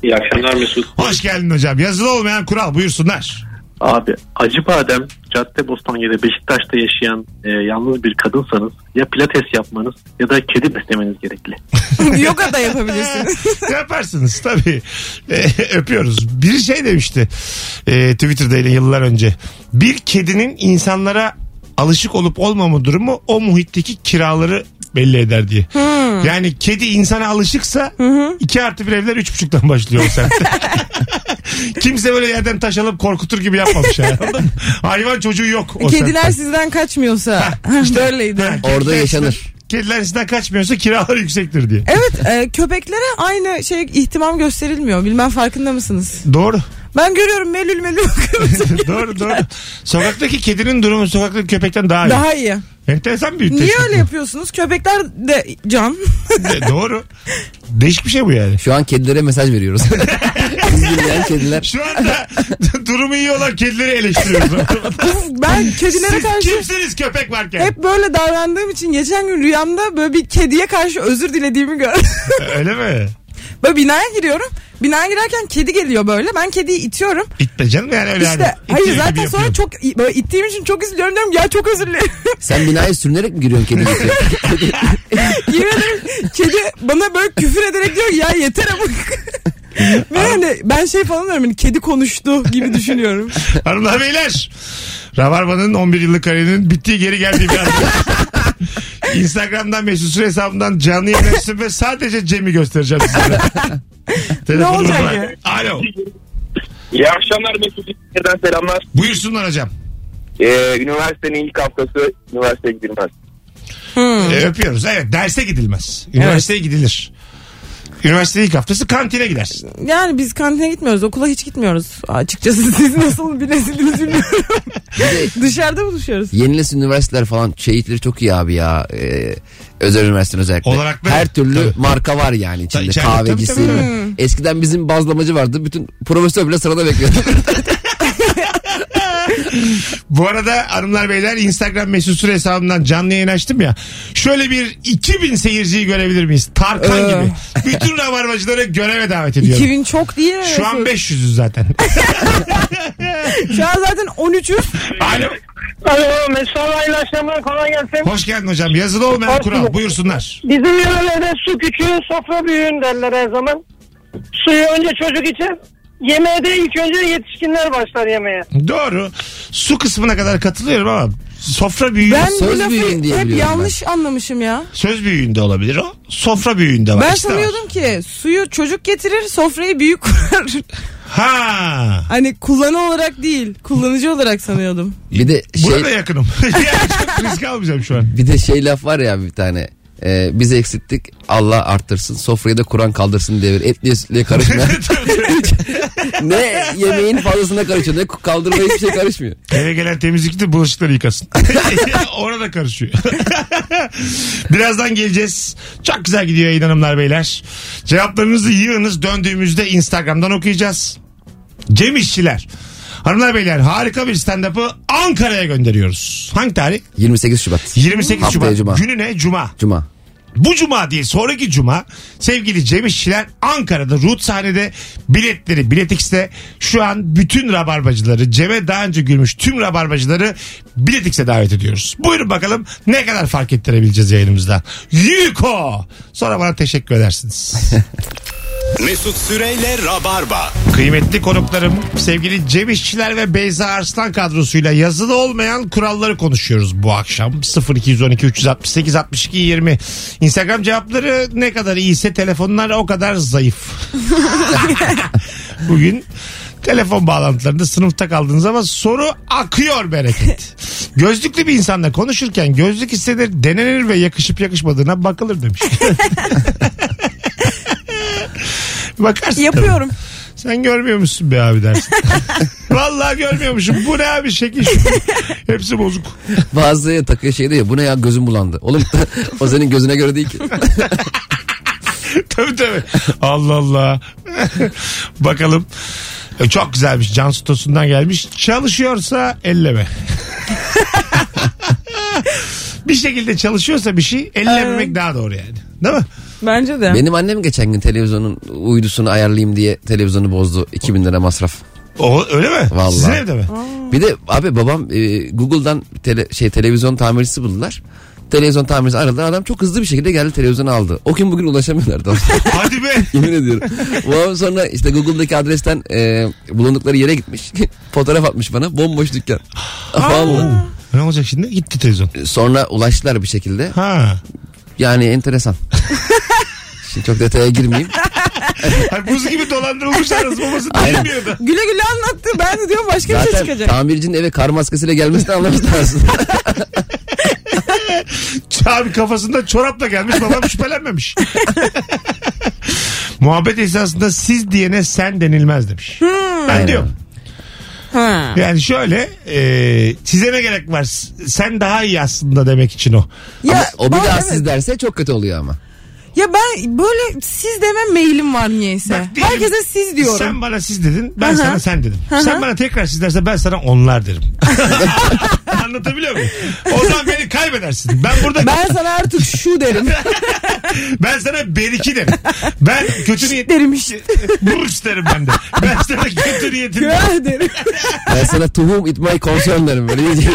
Speaker 9: İyi akşamlar Mesut.
Speaker 2: Hoş geldin hocam. Yazılı olmayan kural buyursunlar.
Speaker 8: Abi Acıbadem, Caddebostanya'da Beşiktaş'ta yaşayan e, yalnız bir kadınsanız ya pilates yapmanız ya da kedi beslemeniz gerekli.
Speaker 3: Yoga da yapabilirsin.
Speaker 2: Yaparsınız tabii. E, öpüyoruz. Bir şey demişti e, Twitter'da yine yıllar önce. Bir kedinin insanlara alışık olup olmama durumu o muhitteki kiraları belli eder diye. Yani kedi insana alışıksa 2 artı bir evler üç buçuktan başlıyor o semtte. Kimse böyle yerden taş alıp korkutur gibi yapmamış yani. anladın mı? Hayvan çocuğu yok o semtte.
Speaker 3: Kediler sizden kaçmıyorsa. Böyleydi.
Speaker 4: Orada yaşanır.
Speaker 2: Kediler sizden kaçmıyorsa kiralar yüksektir diye.
Speaker 3: Evet e, köpeklere aynı şey ihtimam gösterilmiyor. Bilmem farkında mısınız?
Speaker 2: Doğru.
Speaker 3: Ben görüyorum melül melül bakıyorum.
Speaker 2: doğru doğru. Sokaktaki kedinin durumu sokaktaki köpekten daha iyi.
Speaker 3: Daha iyi.
Speaker 2: Enteresan bir
Speaker 3: Niye
Speaker 2: teşvik.
Speaker 3: öyle yapıyorsunuz? Köpekler de can.
Speaker 2: De- doğru. Değişik bir şey bu yani.
Speaker 4: Şu an kedilere mesaj veriyoruz. Bizi dinleyen kediler.
Speaker 2: Şu anda durumu iyi olan kedileri eleştiriyoruz.
Speaker 3: ben kedilere
Speaker 2: Siz
Speaker 3: karşı
Speaker 2: kimsiniz köpek varken?
Speaker 3: hep böyle davrandığım için geçen gün rüyamda böyle bir kediye karşı özür dilediğimi gördüm.
Speaker 2: Ee, Öyle mi?
Speaker 3: böyle binaya giriyorum. Binaya girerken kedi geliyor böyle. Ben kediyi itiyorum.
Speaker 2: İtme canım yani öyle
Speaker 3: işte
Speaker 2: hani.
Speaker 3: hayır
Speaker 2: İttiği
Speaker 3: zaten
Speaker 2: gibi
Speaker 3: sonra
Speaker 2: yapıyorum.
Speaker 3: çok böyle ittiğim için çok üzülüyorum diyorum. Ya çok özür dilerim.
Speaker 4: Sen binaya sürünerek mi giriyorsun kedi yüzüne?
Speaker 3: Yemin ederim kedi bana böyle küfür ederek diyor ki, ya yeter ama. Ve hani ben şey falan diyorum hani kedi konuştu gibi düşünüyorum.
Speaker 2: Hanımlar beyler. Rabarba'nın 11 yıllık kariyerinin bittiği geri geldiği bir an. Instagram'dan Mesut Süre hesabından canlı yayın açtım ve sadece Cem'i göstereceğim size. Telefonumuz
Speaker 3: olacak
Speaker 2: var.
Speaker 3: ya?
Speaker 2: Alo.
Speaker 9: İyi akşamlar Mesut İzmir'den selamlar.
Speaker 2: Buyursunlar hocam.
Speaker 9: Ee, üniversitenin ilk haftası üniversiteye gidilmez.
Speaker 2: E, öpüyoruz. Evet derse gidilmez. Üniversiteye gidilir. Üniversite ilk haftası kantine gidersin.
Speaker 3: Yani biz kantine gitmiyoruz. Okula hiç gitmiyoruz. Açıkçası siz nasıl bir nesildiniz bilmiyorum. Dışarıda buluşuyoruz.
Speaker 4: Yeni nesil üniversiteler falan şehitleri çok iyi abi ya. Ee, özel üniversitenin özellikle.
Speaker 2: Olarak da-
Speaker 4: Her türlü
Speaker 2: Tabii.
Speaker 4: marka var yani içinde.
Speaker 2: içeride, tabii,
Speaker 4: Kahvecisi.
Speaker 2: tabii, tabii.
Speaker 4: Eskiden bizim bazlamacı vardı. Bütün profesör bile sırada bekliyordu.
Speaker 2: Bu arada hanımlar beyler Instagram mesut süre hesabından canlı yayın açtım ya. Şöyle bir 2000 seyirciyi görebilir miyiz? Tarkan
Speaker 3: Ee.
Speaker 2: gibi. Bütün rabarbacıları göreve davet ediyorum.
Speaker 3: 2000 çok değil mi?
Speaker 2: Şu an 500'üz zaten.
Speaker 3: Şu an zaten 13'üz.
Speaker 2: Alo.
Speaker 10: Alo Mesut hayırlı akşamlar kolay gelsin.
Speaker 2: Hoş geldin hocam. Yazılı olmayan
Speaker 10: Hoş
Speaker 2: kural.
Speaker 10: bulduk.
Speaker 2: Buyursun.lar
Speaker 10: Bizim yörelerde su küçüğü sofra büyüğün derler her zaman. Suyu önce çocuk içer. Yemeğe de ilk önce yetişkinler başlar yemeğe.
Speaker 2: Doğru. Su kısmına kadar katılıyorum ama sofra büyüğü
Speaker 3: Ben
Speaker 4: Söz
Speaker 3: bu lafı
Speaker 4: büyüğün diye
Speaker 3: hep
Speaker 4: biliyorum ben.
Speaker 3: yanlış anlamışım ya.
Speaker 2: söz büyüğünde olabilir o. Sofra büyüğünde var.
Speaker 3: Ben
Speaker 2: İkisi de var.
Speaker 3: sanıyordum ki suyu çocuk getirir sofrayı büyük kurar.
Speaker 2: Ha.
Speaker 3: hani kullanı olarak değil kullanıcı olarak sanıyordum.
Speaker 4: bir de şey,
Speaker 2: Burada yakınım. yani çok risk almayacağım şu an.
Speaker 4: bir de şey laf var ya bir tane. Ee, biz eksilttik Allah arttırsın sofrayı da Kur'an kaldırsın diye bir etliye sütlüye karışmıyor. ne yemeğin fazlasına karışıyor ne kaldırmaya hiçbir şey karışmıyor.
Speaker 2: Eve gelen temizlikçi de bulaşıkları yıkasın. Orada karışıyor. Birazdan geleceğiz. Çok güzel gidiyor yayın hanımlar beyler. Cevaplarınızı yığınız. Döndüğümüzde Instagram'dan okuyacağız. Cem İşçiler. Hanımlar beyler harika bir stand-up'ı Ankara'ya gönderiyoruz. Hangi tarih?
Speaker 4: 28 Şubat.
Speaker 2: 28
Speaker 4: Haftaya
Speaker 2: Şubat.
Speaker 4: Cuma.
Speaker 2: Günü ne? Cuma.
Speaker 4: Cuma.
Speaker 2: Bu cuma değil sonraki cuma sevgili Cem İşçiler Ankara'da Rut sahnede biletleri Bilet X'te şu an bütün rabarbacıları Cem'e daha önce gülmüş tüm rabarbacıları Bilet X'e davet ediyoruz. Buyurun bakalım ne kadar fark ettirebileceğiz yayınımızda. Yuko! Sonra bana teşekkür edersiniz.
Speaker 1: Mesut Süreyle Rabarba.
Speaker 2: Kıymetli konuklarım, sevgili Cem İşçiler ve Beyza Arslan kadrosuyla yazılı olmayan kuralları konuşuyoruz bu akşam. 0212 368 62 20. Instagram cevapları ne kadar iyiyse telefonlar o kadar zayıf. Bugün telefon bağlantılarında sınıfta kaldınız ama soru akıyor bereket. Gözlüklü bir insanla konuşurken gözlük hissedir, denenir ve yakışıp yakışmadığına bakılır demiş. Bakarsın. tabii.
Speaker 3: Yapıyorum.
Speaker 2: Sen görmüyor musun be abi dersin. Vallahi görmüyormuşum. Bu ne abi şekil şu. Hepsi bozuk.
Speaker 4: Bazı takıyor şey diyor bu ne ya gözüm bulandı. Oğlum o senin gözüne göre değil ki.
Speaker 2: tabii tabii. Allah Allah. Bakalım. E, Çok güzelmiş. Can Stos'undan gelmiş. Çalışıyorsa elleme. bir şekilde çalışıyorsa bir şey ellememek daha doğru yani. Değil mi?
Speaker 3: Bence de.
Speaker 4: Benim annem geçen gün televizyonun uydusunu ayarlayayım diye televizyonu bozdu. 2000 lira masraf.
Speaker 2: O, öyle mi?
Speaker 4: Vallahi.
Speaker 2: Sizin evde mi?
Speaker 4: Bir de abi babam e, Google'dan tele- şey televizyon tamircisi buldular. Televizyon tamircisi aradılar. Adam çok hızlı bir şekilde geldi televizyonu aldı. O gün bugün ulaşamıyorlardı.
Speaker 2: Hadi be.
Speaker 4: Yemin ediyorum. Babam sonra işte Google'daki adresten e, bulundukları yere gitmiş. Fotoğraf atmış bana. Bomboş dükkan. Vallahi.
Speaker 2: Ne olacak şimdi? Gitti televizyon.
Speaker 4: Sonra ulaştılar bir şekilde.
Speaker 2: Ha.
Speaker 4: Yani enteresan. Şimdi çok detaya girmeyeyim.
Speaker 2: Hani buz gibi dolandırılmışlar babası
Speaker 4: Aynen.
Speaker 2: bilmiyordu.
Speaker 3: Güle güle anlattı. Ben de diyorum başka bir şey
Speaker 4: Zaten
Speaker 3: çıkacak.
Speaker 4: tamircinin eve kar maskesiyle gelmesini anlamış lazım.
Speaker 2: Abi kafasında çorapla gelmiş babam şüphelenmemiş. Muhabbet esasında siz diyene sen denilmez demiş.
Speaker 3: Hmm.
Speaker 2: Ben
Speaker 4: Aynen.
Speaker 2: diyorum.
Speaker 3: Ha.
Speaker 2: Yani şöyle e, size ne gerek var? Sen daha iyi aslında demek için o.
Speaker 4: Ama o bir
Speaker 3: ben-
Speaker 4: daha
Speaker 3: evet.
Speaker 4: siz derse çok kötü oluyor ama.
Speaker 3: Ya ben böyle siz deme meylim var niyeyse.
Speaker 2: Bak diyelim,
Speaker 3: Herkese siz diyorum.
Speaker 2: Sen bana siz dedin ben
Speaker 3: Aha.
Speaker 2: sana sen dedim. Sen bana tekrar siz dersen ben sana onlar derim. Anlatabiliyor muyum? O zaman beni kaybedersin. Ben burada ben,
Speaker 3: Ben sana artık şu derim.
Speaker 2: sana beriki derim. Ben kötü niyet...
Speaker 3: derim işte.
Speaker 2: Burç derim ben de. Ben sana kötü niyetim.
Speaker 3: Göğe derim.
Speaker 4: Ben sana to whom it may concern derim. Böyle iyice.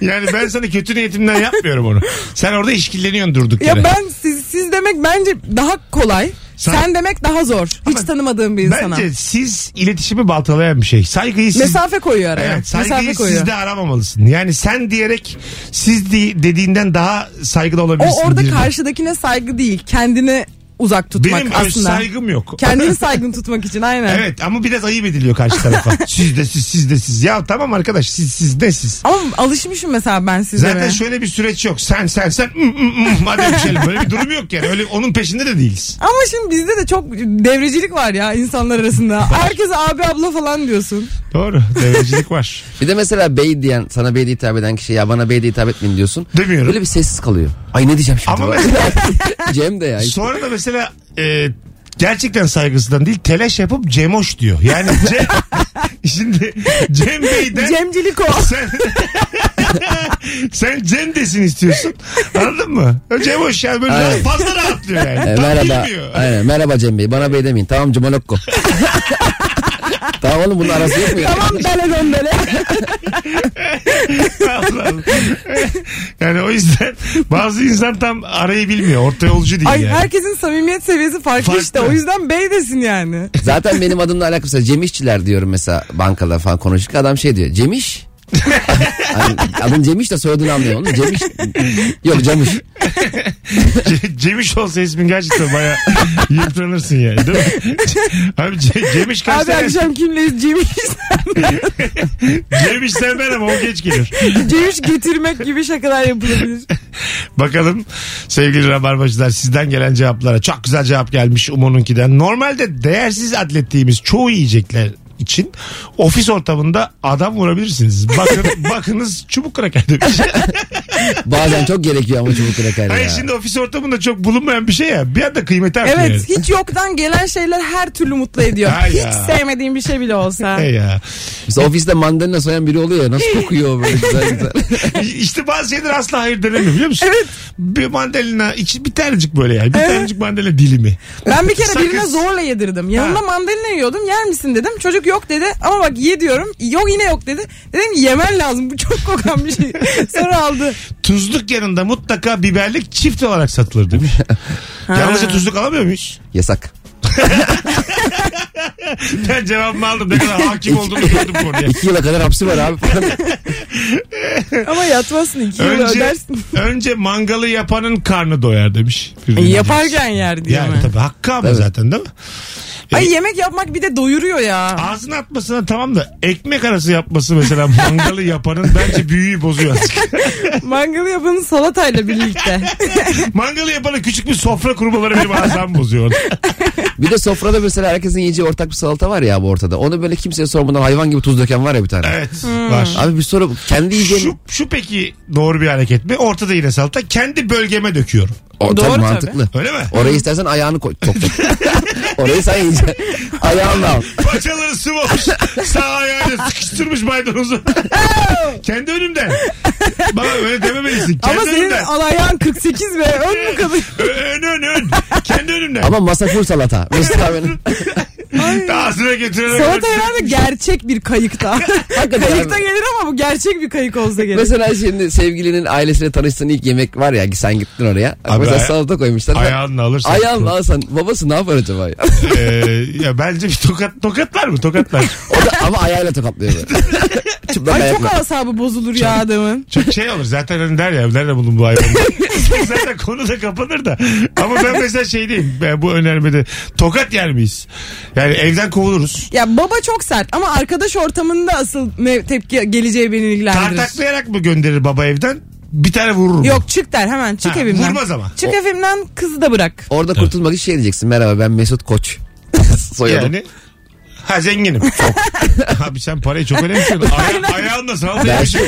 Speaker 2: Yani ben sana kötü niyetimden yapmıyorum onu. Sen orada işkilleniyorsun durduk yere.
Speaker 3: Ya ben siz, siz demek bence daha kolay.
Speaker 2: Sen-
Speaker 3: Sen, demek daha zor.
Speaker 2: Ama
Speaker 3: Hiç tanımadığım bir insana.
Speaker 2: Bence siz iletişimi baltalayan bir şey. Saygıyı siz...
Speaker 3: Mesafe koyuyor araya.
Speaker 2: Evet, saygıyı
Speaker 3: Mesafe koyuyor.
Speaker 2: siz de aramamalısın. Yani sen diyerek siz di- dediğinden daha saygılı
Speaker 3: O
Speaker 2: olabilirsin.
Speaker 3: orada
Speaker 2: birine.
Speaker 3: karşıdakine saygı değil. Kendini uzak tutmak
Speaker 2: Benim öz
Speaker 3: aslında.
Speaker 2: saygım yok.
Speaker 3: Kendini saygın tutmak için aynen.
Speaker 2: Evet ama biraz ayıp ediliyor karşı tarafa. siz de siz siz de siz. Ya tamam arkadaş siz siz de siz.
Speaker 3: Ama alışmışım mesela ben sizlere.
Speaker 2: Zaten şöyle bir süreç yok. Sen sen sen mm, mm, mm, hadi öpüşelim. Böyle bir durum yok yani. Öyle onun peşinde de değiliz.
Speaker 3: Ama şimdi bizde de çok devrecilik var ya insanlar arasında. Herkese abi abla falan diyorsun.
Speaker 2: Doğru. Devrecilik var.
Speaker 4: Bir de mesela bey diyen sana bey diye hitap eden kişi ya bana bey diye hitap etmeyin diyorsun.
Speaker 2: Demiyorum.
Speaker 4: Böyle bir sessiz kalıyor. Ay ne diyeceğim şimdi?
Speaker 2: Ama mesela-
Speaker 4: Cem de ya.
Speaker 2: Sonra da mesela e, gerçekten saygısından değil telaş yapıp Cemoş diyor. Yani Cem şimdi Cem Bey'den
Speaker 3: Cemcilik o.
Speaker 2: sen sen Cem desin istiyorsun. Anladın mı? O Cemoş yani böyle
Speaker 4: Aynen.
Speaker 2: fazla rahatlıyor yani.
Speaker 4: E,
Speaker 2: Tam
Speaker 4: merhaba.
Speaker 2: bilmiyor.
Speaker 4: Aynen, merhaba Cem Bey. Bana bey demeyin. Tamam Cumalokko. tamam oğlum bunun arası yok mu ya?
Speaker 3: tamam bele dön bele.
Speaker 2: Allah Allah. yani o yüzden bazı insan tam arayı bilmiyor. Orta yolcu değil
Speaker 3: Ay
Speaker 2: yani.
Speaker 3: herkesin samimiyet seviyesi farklı,
Speaker 2: Farklı. E,
Speaker 3: işte. O yüzden bey desin yani.
Speaker 4: Zaten benim adımla alakası yok. Cem İşçiler diyorum mesela bankada falan konuşurken adam şey diyor. Cemiş. Hani adın Cemiş de soyadını anlıyor oğlum. Cemiş. Yok Cemiş.
Speaker 2: Ce- Cemiş olsa ismin gerçekten baya yıpranırsın yani değil mi? Ce- Abi Ce- Cemiş kaç
Speaker 3: Abi
Speaker 2: tane?
Speaker 3: akşam kimleyiz? Cemiş.
Speaker 2: Cemiş sen ben ama o geç gelir.
Speaker 3: Cemiş getirmek gibi şakalar yapılabilir.
Speaker 2: Bakalım sevgili rabarbacılar sizden gelen cevaplara. Çok güzel cevap gelmiş Umo'nunkinden. Normalde değersiz atlettiğimiz çoğu yiyecekler için ofis ortamında adam vurabilirsiniz. Bakın, bakınız çubuk kraker demiş.
Speaker 4: Bazen çok gerekiyor ama çubuk kraker
Speaker 2: Hayır
Speaker 4: ya.
Speaker 2: şimdi ofis ortamında çok bulunmayan bir şey ya. Bir anda kıymeti artıyor.
Speaker 3: Evet
Speaker 2: yani.
Speaker 3: hiç yoktan gelen şeyler her türlü mutlu ediyor.
Speaker 2: Ay ya.
Speaker 3: hiç sevmediğim bir şey bile olsa.
Speaker 2: Hey E ya.
Speaker 4: Mesela ofiste mandalina soyan biri oluyor ya. Nasıl kokuyor böyle güzel güzel.
Speaker 2: İşte bazı şeyler asla hayır denemiyor biliyor musun?
Speaker 3: Evet.
Speaker 2: Bir mandalina, içi bir tanecik böyle yani. Bir tanecik mandalina dilimi.
Speaker 3: Ben bir kere birine
Speaker 2: Sakız.
Speaker 3: zorla yedirdim. Yanında
Speaker 2: Ha.
Speaker 3: mandalina yiyordum. Yer misin dedim. Çocuk yok dedi. Ama bak ye diyorum. Yok yine yok dedi. Dedim ki yemen lazım. Bu çok kokan bir şey. Sonra aldı.
Speaker 2: Tuzluk yanında mutlaka biberlik çift olarak satılır demiş. Yalnızca tuzluk alamıyor muyuz?
Speaker 4: Yasak.
Speaker 2: Ben cevabımı aldım. Ne kadar hakim olduğumu gördüm konuya.
Speaker 4: İki yıla kadar hapsi var abi.
Speaker 3: Ama yatmazsın. iki yıl
Speaker 2: Önce,
Speaker 3: ödersin.
Speaker 2: önce mangalı yapanın karnı doyar demiş. bir
Speaker 3: E,
Speaker 2: dinleyicimiz.
Speaker 3: Yaparken yer diyor.
Speaker 2: Yani
Speaker 3: ama.
Speaker 2: tabii hakkı ama
Speaker 4: Tabii.
Speaker 2: zaten değil mi?
Speaker 3: Ay yemek yapmak bir de doyuruyor ya.
Speaker 2: Ağzına atmasına tamam da ekmek arası yapması mesela mangalı yapanın bence büyüğü bozuyor azıcık.
Speaker 3: Mangalı yapın salatayla birlikte.
Speaker 2: mangalı yapana küçük bir sofra kurmaları benim ağzımı bozuyor. orada.
Speaker 4: Bir de sofrada mesela herkesin yiyeceği ortak bir salata var ya bu ortada. Onu böyle kimseye sormadan hayvan gibi tuz döken var ya bir tane.
Speaker 2: Evet var.
Speaker 4: Abi bir soru kendi
Speaker 2: Şu,
Speaker 4: yiyeceğin
Speaker 2: şu peki doğru bir hareket mi? Ortada yine salata. Kendi bölgeme döküyorum.
Speaker 4: o,
Speaker 3: Doğru
Speaker 4: tabii
Speaker 3: tabii.
Speaker 4: mantıklı.
Speaker 2: Öyle mi?
Speaker 4: Orayı istersen ayağını koy. Çok çok. Orayı sen yiyeceksin. Ayağınla al.
Speaker 2: Paçaları sıvamış. Sağ ayağıyla sıkıştırmış maydanozu. Kendi önümden. Bana öyle dememelisin. Kendi
Speaker 3: Ama senin
Speaker 2: önümden.
Speaker 3: alayan 48 ve ön mü kalıyor?
Speaker 2: Ö- Ön ön ön. Kendi önümden.
Speaker 4: Ama masa full salata. Mesut abinin.
Speaker 2: Daha Ağzına götürene
Speaker 3: Salata
Speaker 2: kadar.
Speaker 3: herhalde gerçek bir kayıkta. kayıkta gelir ama bu gerçek bir kayık olsa gerek.
Speaker 4: Mesela şimdi sevgilinin ailesiyle tanıştığın ilk yemek var ya sen gittin oraya.
Speaker 2: Abi
Speaker 4: mesela
Speaker 2: aya-
Speaker 4: salata koymuşlar.
Speaker 2: Ayağınla alırsın.
Speaker 4: Ayağınla alsan babası ne yapar acaba ya?
Speaker 2: Ee, ya bence bir tokat tokatlar mı? Tokatlar.
Speaker 4: O da, ama ayağıyla tokatlıyor böyle. Çıplak
Speaker 3: Ay
Speaker 4: ayakla.
Speaker 3: çok asabı bozulur ya adamın.
Speaker 2: Çok şey olur zaten hani der ya nerede buldun bu hayvanı? zaten konu da kapanır da. Ama ben mesela şey diyeyim ben bu önermede tokat yer miyiz? Yani evden kovuluruz.
Speaker 3: Ya baba çok sert ama arkadaş ortamında asıl me- tepki geleceği beni ilgilendirir.
Speaker 2: Tartaklayarak mı gönderir baba evden? Bir tane vururum.
Speaker 3: Yok çık der hemen çık
Speaker 2: Ha,
Speaker 3: evimden.
Speaker 2: vurmaz ama.
Speaker 3: Çık evimden kızı da bırak.
Speaker 4: Orada kurtulmak için şey diyeceksin. Merhaba ben Mesut Koç. Soyadım.
Speaker 2: Yani Ha zenginim. Abi sen parayı çok önemsiyorsun. Aya, ayağınla
Speaker 4: Ben-
Speaker 2: sallaymışım.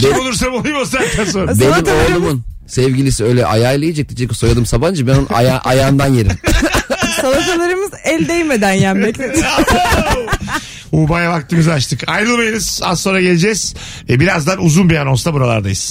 Speaker 2: şey Kim olursam olayım o saatten sonra.
Speaker 4: Benim
Speaker 3: Salata böyle-
Speaker 4: oğlumun sevgilisi öyle ayağıyla yiyecek diyecek ki soyadım Sabancı ben onun aya- ayağından yerim.
Speaker 3: Salatalarımız el değmeden yenmek.
Speaker 2: Ubaya vaktimizi açtık. Ayrılmayınız. Az sonra geleceğiz. E, birazdan uzun bir anonsla buralardayız.